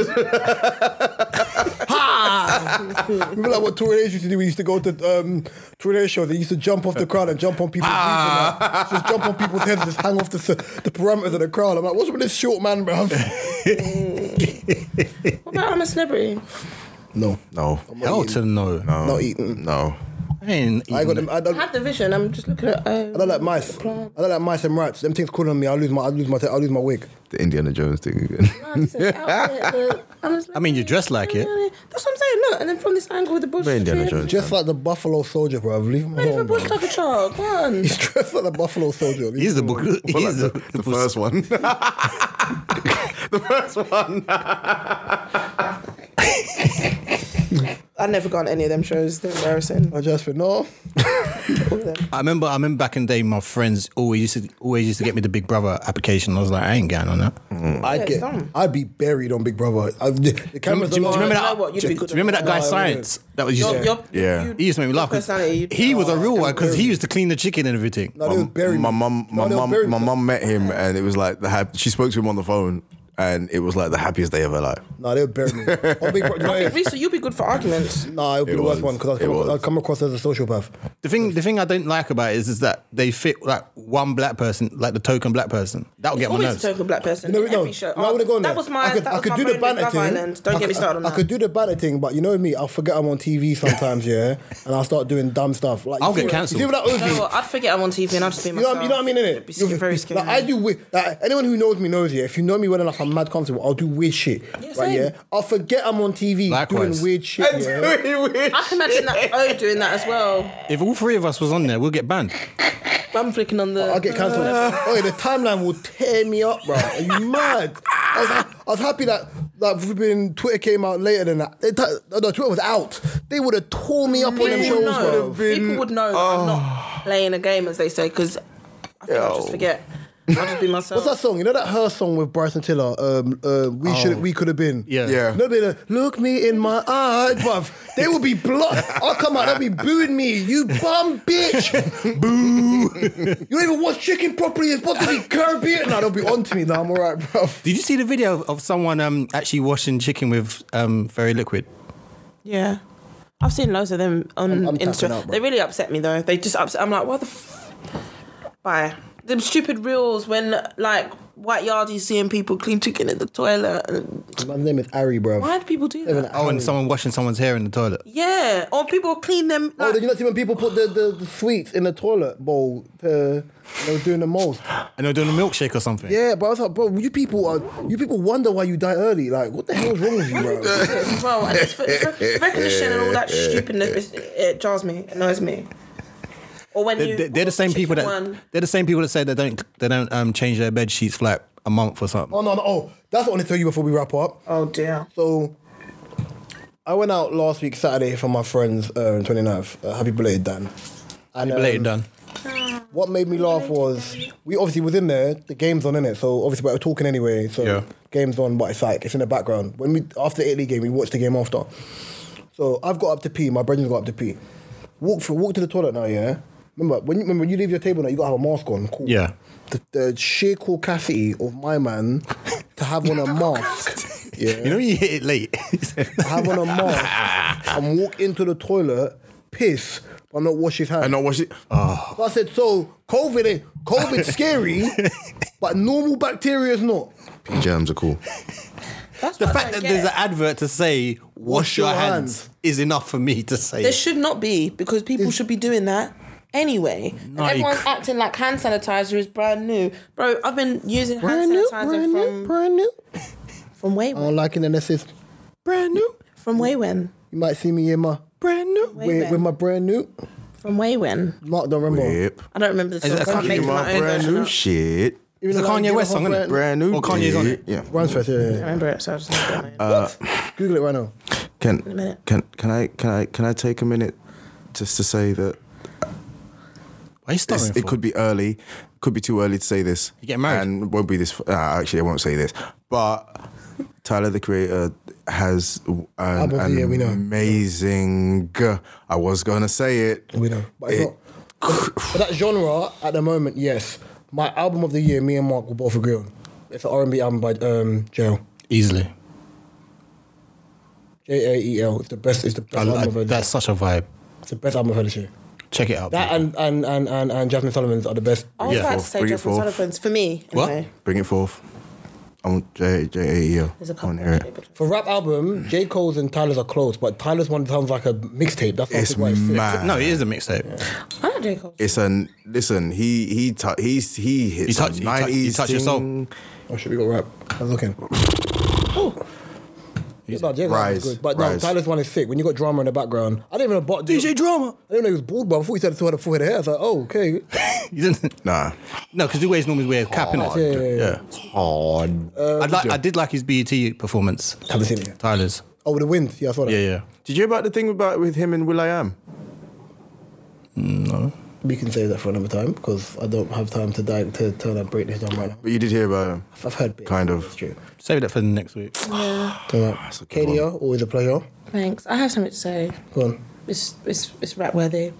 Remember like what tornadoes used to do? We used to go to um, tornado shows. They used to jump off the crowd and jump on people's heads. Just jump on people's heads and just hang off the, the parameters of the crowd. I'm like, what's with this short man, bruv? What about I'm a celebrity? No, No, Hell to no. not eating. no. I ain't I got eating them. I I don't, I have the vision. I'm just looking at. Um, don't like mice. I don't like mice and rats. Them things calling me, I'll lose my, I'll lose my, I'll lose my wig. The Indiana Jones thing again. I said outfit, the- I'm just I mean, you like, dress like it. That's what I'm saying. Look, and then from this angle with the bush. Very Indiana tree. Jones. Just like the buffalo soldier, bruv. Leave him Man, if a alone. bush bruv. like a child, come on. He's dressed like the buffalo soldier. He's the book. He's Well, like the, the, the first one. the first one. I never gone to any of them shows. They're embarrassing. I just went, no. All of them. I remember. I remember back in the day, my friends always used to always used to get me the Big Brother application. I was like, I ain't going on that. Mm. I'd it's get, dumb. I'd be buried on Big Brother. I, the, the Do you, cameras do you alone- remember You know that? what? You'd do, be you- good do you remember at that guy that. Science? That was used. Your- to- your- Yeah. you- He used to make me laugh. 'cause personality, you- He was a Oh, real one because he used to clean the chicken and everything. No, they was buried. My mum, my No, they was mum, buried. my mum met him, and it was like the hap- she spoke to him on the phone, and it was like the happiest day of her life. No, they would bury me. On Big Brother, Hey, Risa, you'd be good for arguments. no, it would be It the worst was. one because It was. I'd, come across as a sociopath. The thing, the thing I don't like about it is, is that they fit like one black person, like the token black person. That'll get on my Always nerves. a token black person. You know, in no, every show. no, I would have gone That there. was my. I could, that I was could my do the bone in banner Love thing. Island. Don't I get me could- started on I that. could do the banner thing, but you know me, I'll forget I'm on TV sometimes, yeah, and I'll start doing dumb stuff. Like, you I'll get see what- cancelled. You see what that You know what? I'd forget I'm on TV and I'd just be You know, myself. what- you know what I mean, It'd be innit? sc- You're- very scary. Like, I do weird. Like, anyone who knows me knows, yeah. If you know me well enough, I'm mad comfortable. I'll do weird shit. Yeah, right, same. yeah. I'll forget I'm on TV Likewise. doing weird shit. Yeah. I can imagine that O doing that as well. If all three of us was on there, we'll get banned. I'm flicking on the. I'll get cancelled. okay, the timeline will tear me up, bro. Are you mad? I was, ha- I was happy that that flipping Twitter came out later than that. They t- no, no, Twitter was out. They would have tore me up on them People shows, would bro. know. People would know that I'm not playing a game, as they say, because I think I'll just forget. I'll just be myself. What's that song? You know that her song with Bryson Tiller? Um, uh, we should, we could have been. Yeah. Yeah. No, they like, look me in my eye, bruv. They will be blocked. I'll come out. They'll be booing me. You bum bitch. Boo. you don't even watch chicken properly. It's supposed to be Caribbean. Now they'll be on to me. Now I'm all right, bruv. Did you see the video of someone um, actually washing chicken with um, very liquid? Yeah. I've seen loads of them on I'm- I'm tapping Instagram. out, bro. they really upset me though. They just upset. I'm like, what the f? Bye. Them stupid reels when like white yardies seeing people clean chicken in the toilet. and- My name is Ari, bruv. Why do people do that? Oh, and someone washing someone's hair in the toilet. Yeah. Or people clean them. Oh, Like, did you not see when people put the, the, the sweets in the toilet bowl? To, they were doing the most. And they're doing a milkshake or something. Yeah, but I was like, bro, you people are you people wonder why you die early. Like, what the hell is wrong with you, bro? as well. And it's, it's rec- recognition and all that stupidness. It, it jars me. It annoys me. Or when They're, you, they're- they're the same people that One. they're the same people that say they don't they don't um, change their bed sheets for like a month or something. Oh no, no, oh, that's what I want to tell you before we wrap up. Oh dear. So I went out last week Saturday for my friends uh, 29th. Uh, happy belated Dan. And, Belated um, done. What made me laugh was we obviously was in there. The game's on in it, so obviously we were talking anyway. So Yeah. game's on, but it's like it's in the background. When we after the Italy game, we watched the game after. So I've got up to pee. My brethren's got up to pee. Walk for walk to the toilet now. Yeah. Remember when you, remember when you leave your table now, you gotta have a mask on. Cool. Yeah. The, the sheer caucasity of my man to have on a mask. Yeah. You know when you hit it late. have on a mask and walk into the toilet, piss, but not wash his hands. And not wash it. So I said, so COVID, ain't- COVID's scary, but normal bacteria is not. Germs are cool. That's the what I fact don't that get. there's an advert to say wash, your, your hands, hands." is enough for me to say. There should not be because people should be doing that anyway. And Like- everyone's acting like hand sanitizer is brand new, bro. I've been using hand sanitizer from brand new. from way I don't like it unless it's brand new, from way when you might see me in my brand new. Way with, when. with my brand new. from way when. Mark don't remember. Yep. I don't remember the song. it- I I can't can't make remember my own brand version. new up. shit. It's a Kanye West song, isn't it? Brand new. Or Kanye's on shit. it. Yeah. Runs first, yeah, yeah, I remember it, so I just Uh, don't get it. yeah. Google it right now. Can minute. can can I can I can I take a minute just to say that Why are you it's- stuttering it could be early, could be too early to say this. You getting married? And won't be this. Uh, actually, I won't say this. But Tyler the Creator has an, Album of the an year, we know. amazing. I was gonna say it. We know, but it's It- not. For that genre at the moment, yes. My album of the year, me and Mark will both agree on. It's an R&B album by um, Jail. easily? J A E L. It's the best. It's the best I- album I- I've heard. that's such a vibe. It's the best album I've heard this year. Check it out. That bro. and and and and, and Jasmine Solomon's are the best. I was Yeah. about to say Bring it Justin forth. Solomon's for me. What? Anyway. Bring it forth. I'm J J A E L. There's a I wanna couple. hear of it. people. For rap album, J Cole's and Tyler's are close, but Tyler's one sounds like a mixtape. That's It's why it's sick. mad. no, it is a mixtape. I like J. Cole. It's an listen. He he tou he's he hits touch- a you touch- you 90s touch your soul. thing. Oh shit, we got rap. I was looking. Yeah, no, J. Cole's Rise, good. But rise. no, Tyler's one is sick. When you got drama in the background, I didn't even know. But, DJ Drama. I didn't know he was bald, but I thought he said he had a full head of hair. I was like, oh, okay. You didn't. Nah, No, because the way normally wear cap in Yeah, it. yeah, yeah. Yeah. hard. I like. I did like his BET performance. Haven't seen it yet. Tyler's. Oh, with the wind. Yeah, I saw that. Yeah, yeah. Did you hear about the thing about with him and Will I Am? We can save that for another time because I don't have time to die, to turn and break this down right now. But you did hear about him. I've heard bits. Kind of. Ah, It's true. Save that for the next week. So, a good Kenya, always a pleasure. Thanks. I have something to say. Go on. It's it's it's rap worthy.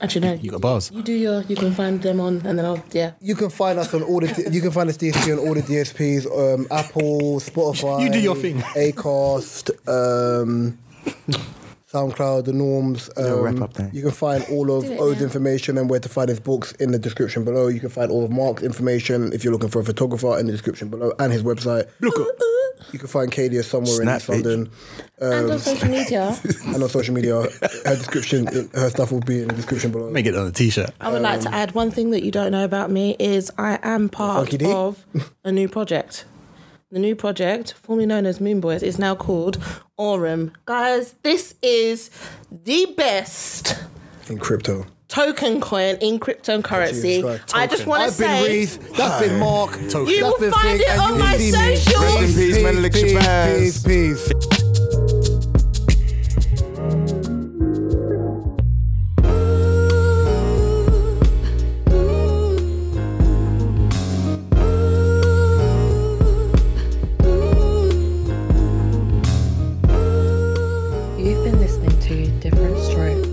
Actually, no. You got bars. You do your. You can find them on, and then I'll yeah. You can find us on all the. You can find us DSP on all the DSPs, um, Apple, Spotify. You do your thing. Acast, um, SoundCloud, the norms. Um, wrap up there. You can find all of Do it O's now. information and where to find his books in the description below. You can find all of Mark's information if you're looking for a photographer in the description below and his website. Look up. You can find Kadia somewhere Snap, in East London and on social media, and on social media. Her description, her stuff will be in the description below. Make it on a t-shirt. I would like to add one thing that you don't know about me is I am part Funky D. of a new project. The new project, formerly known as Moon Boys, is now called Aurum. Guys, this is the best in crypto. token coin in cryptocurrency. Jesus Christ. I just want to I've been say. Reese. That's been Mark. You That's will been find Fig, it and on you will my see me. socials. Rest in peace, Menelik Shabazz. Peace, Ooh, peace. ooh, ooh. You've been listening to Different Strokes.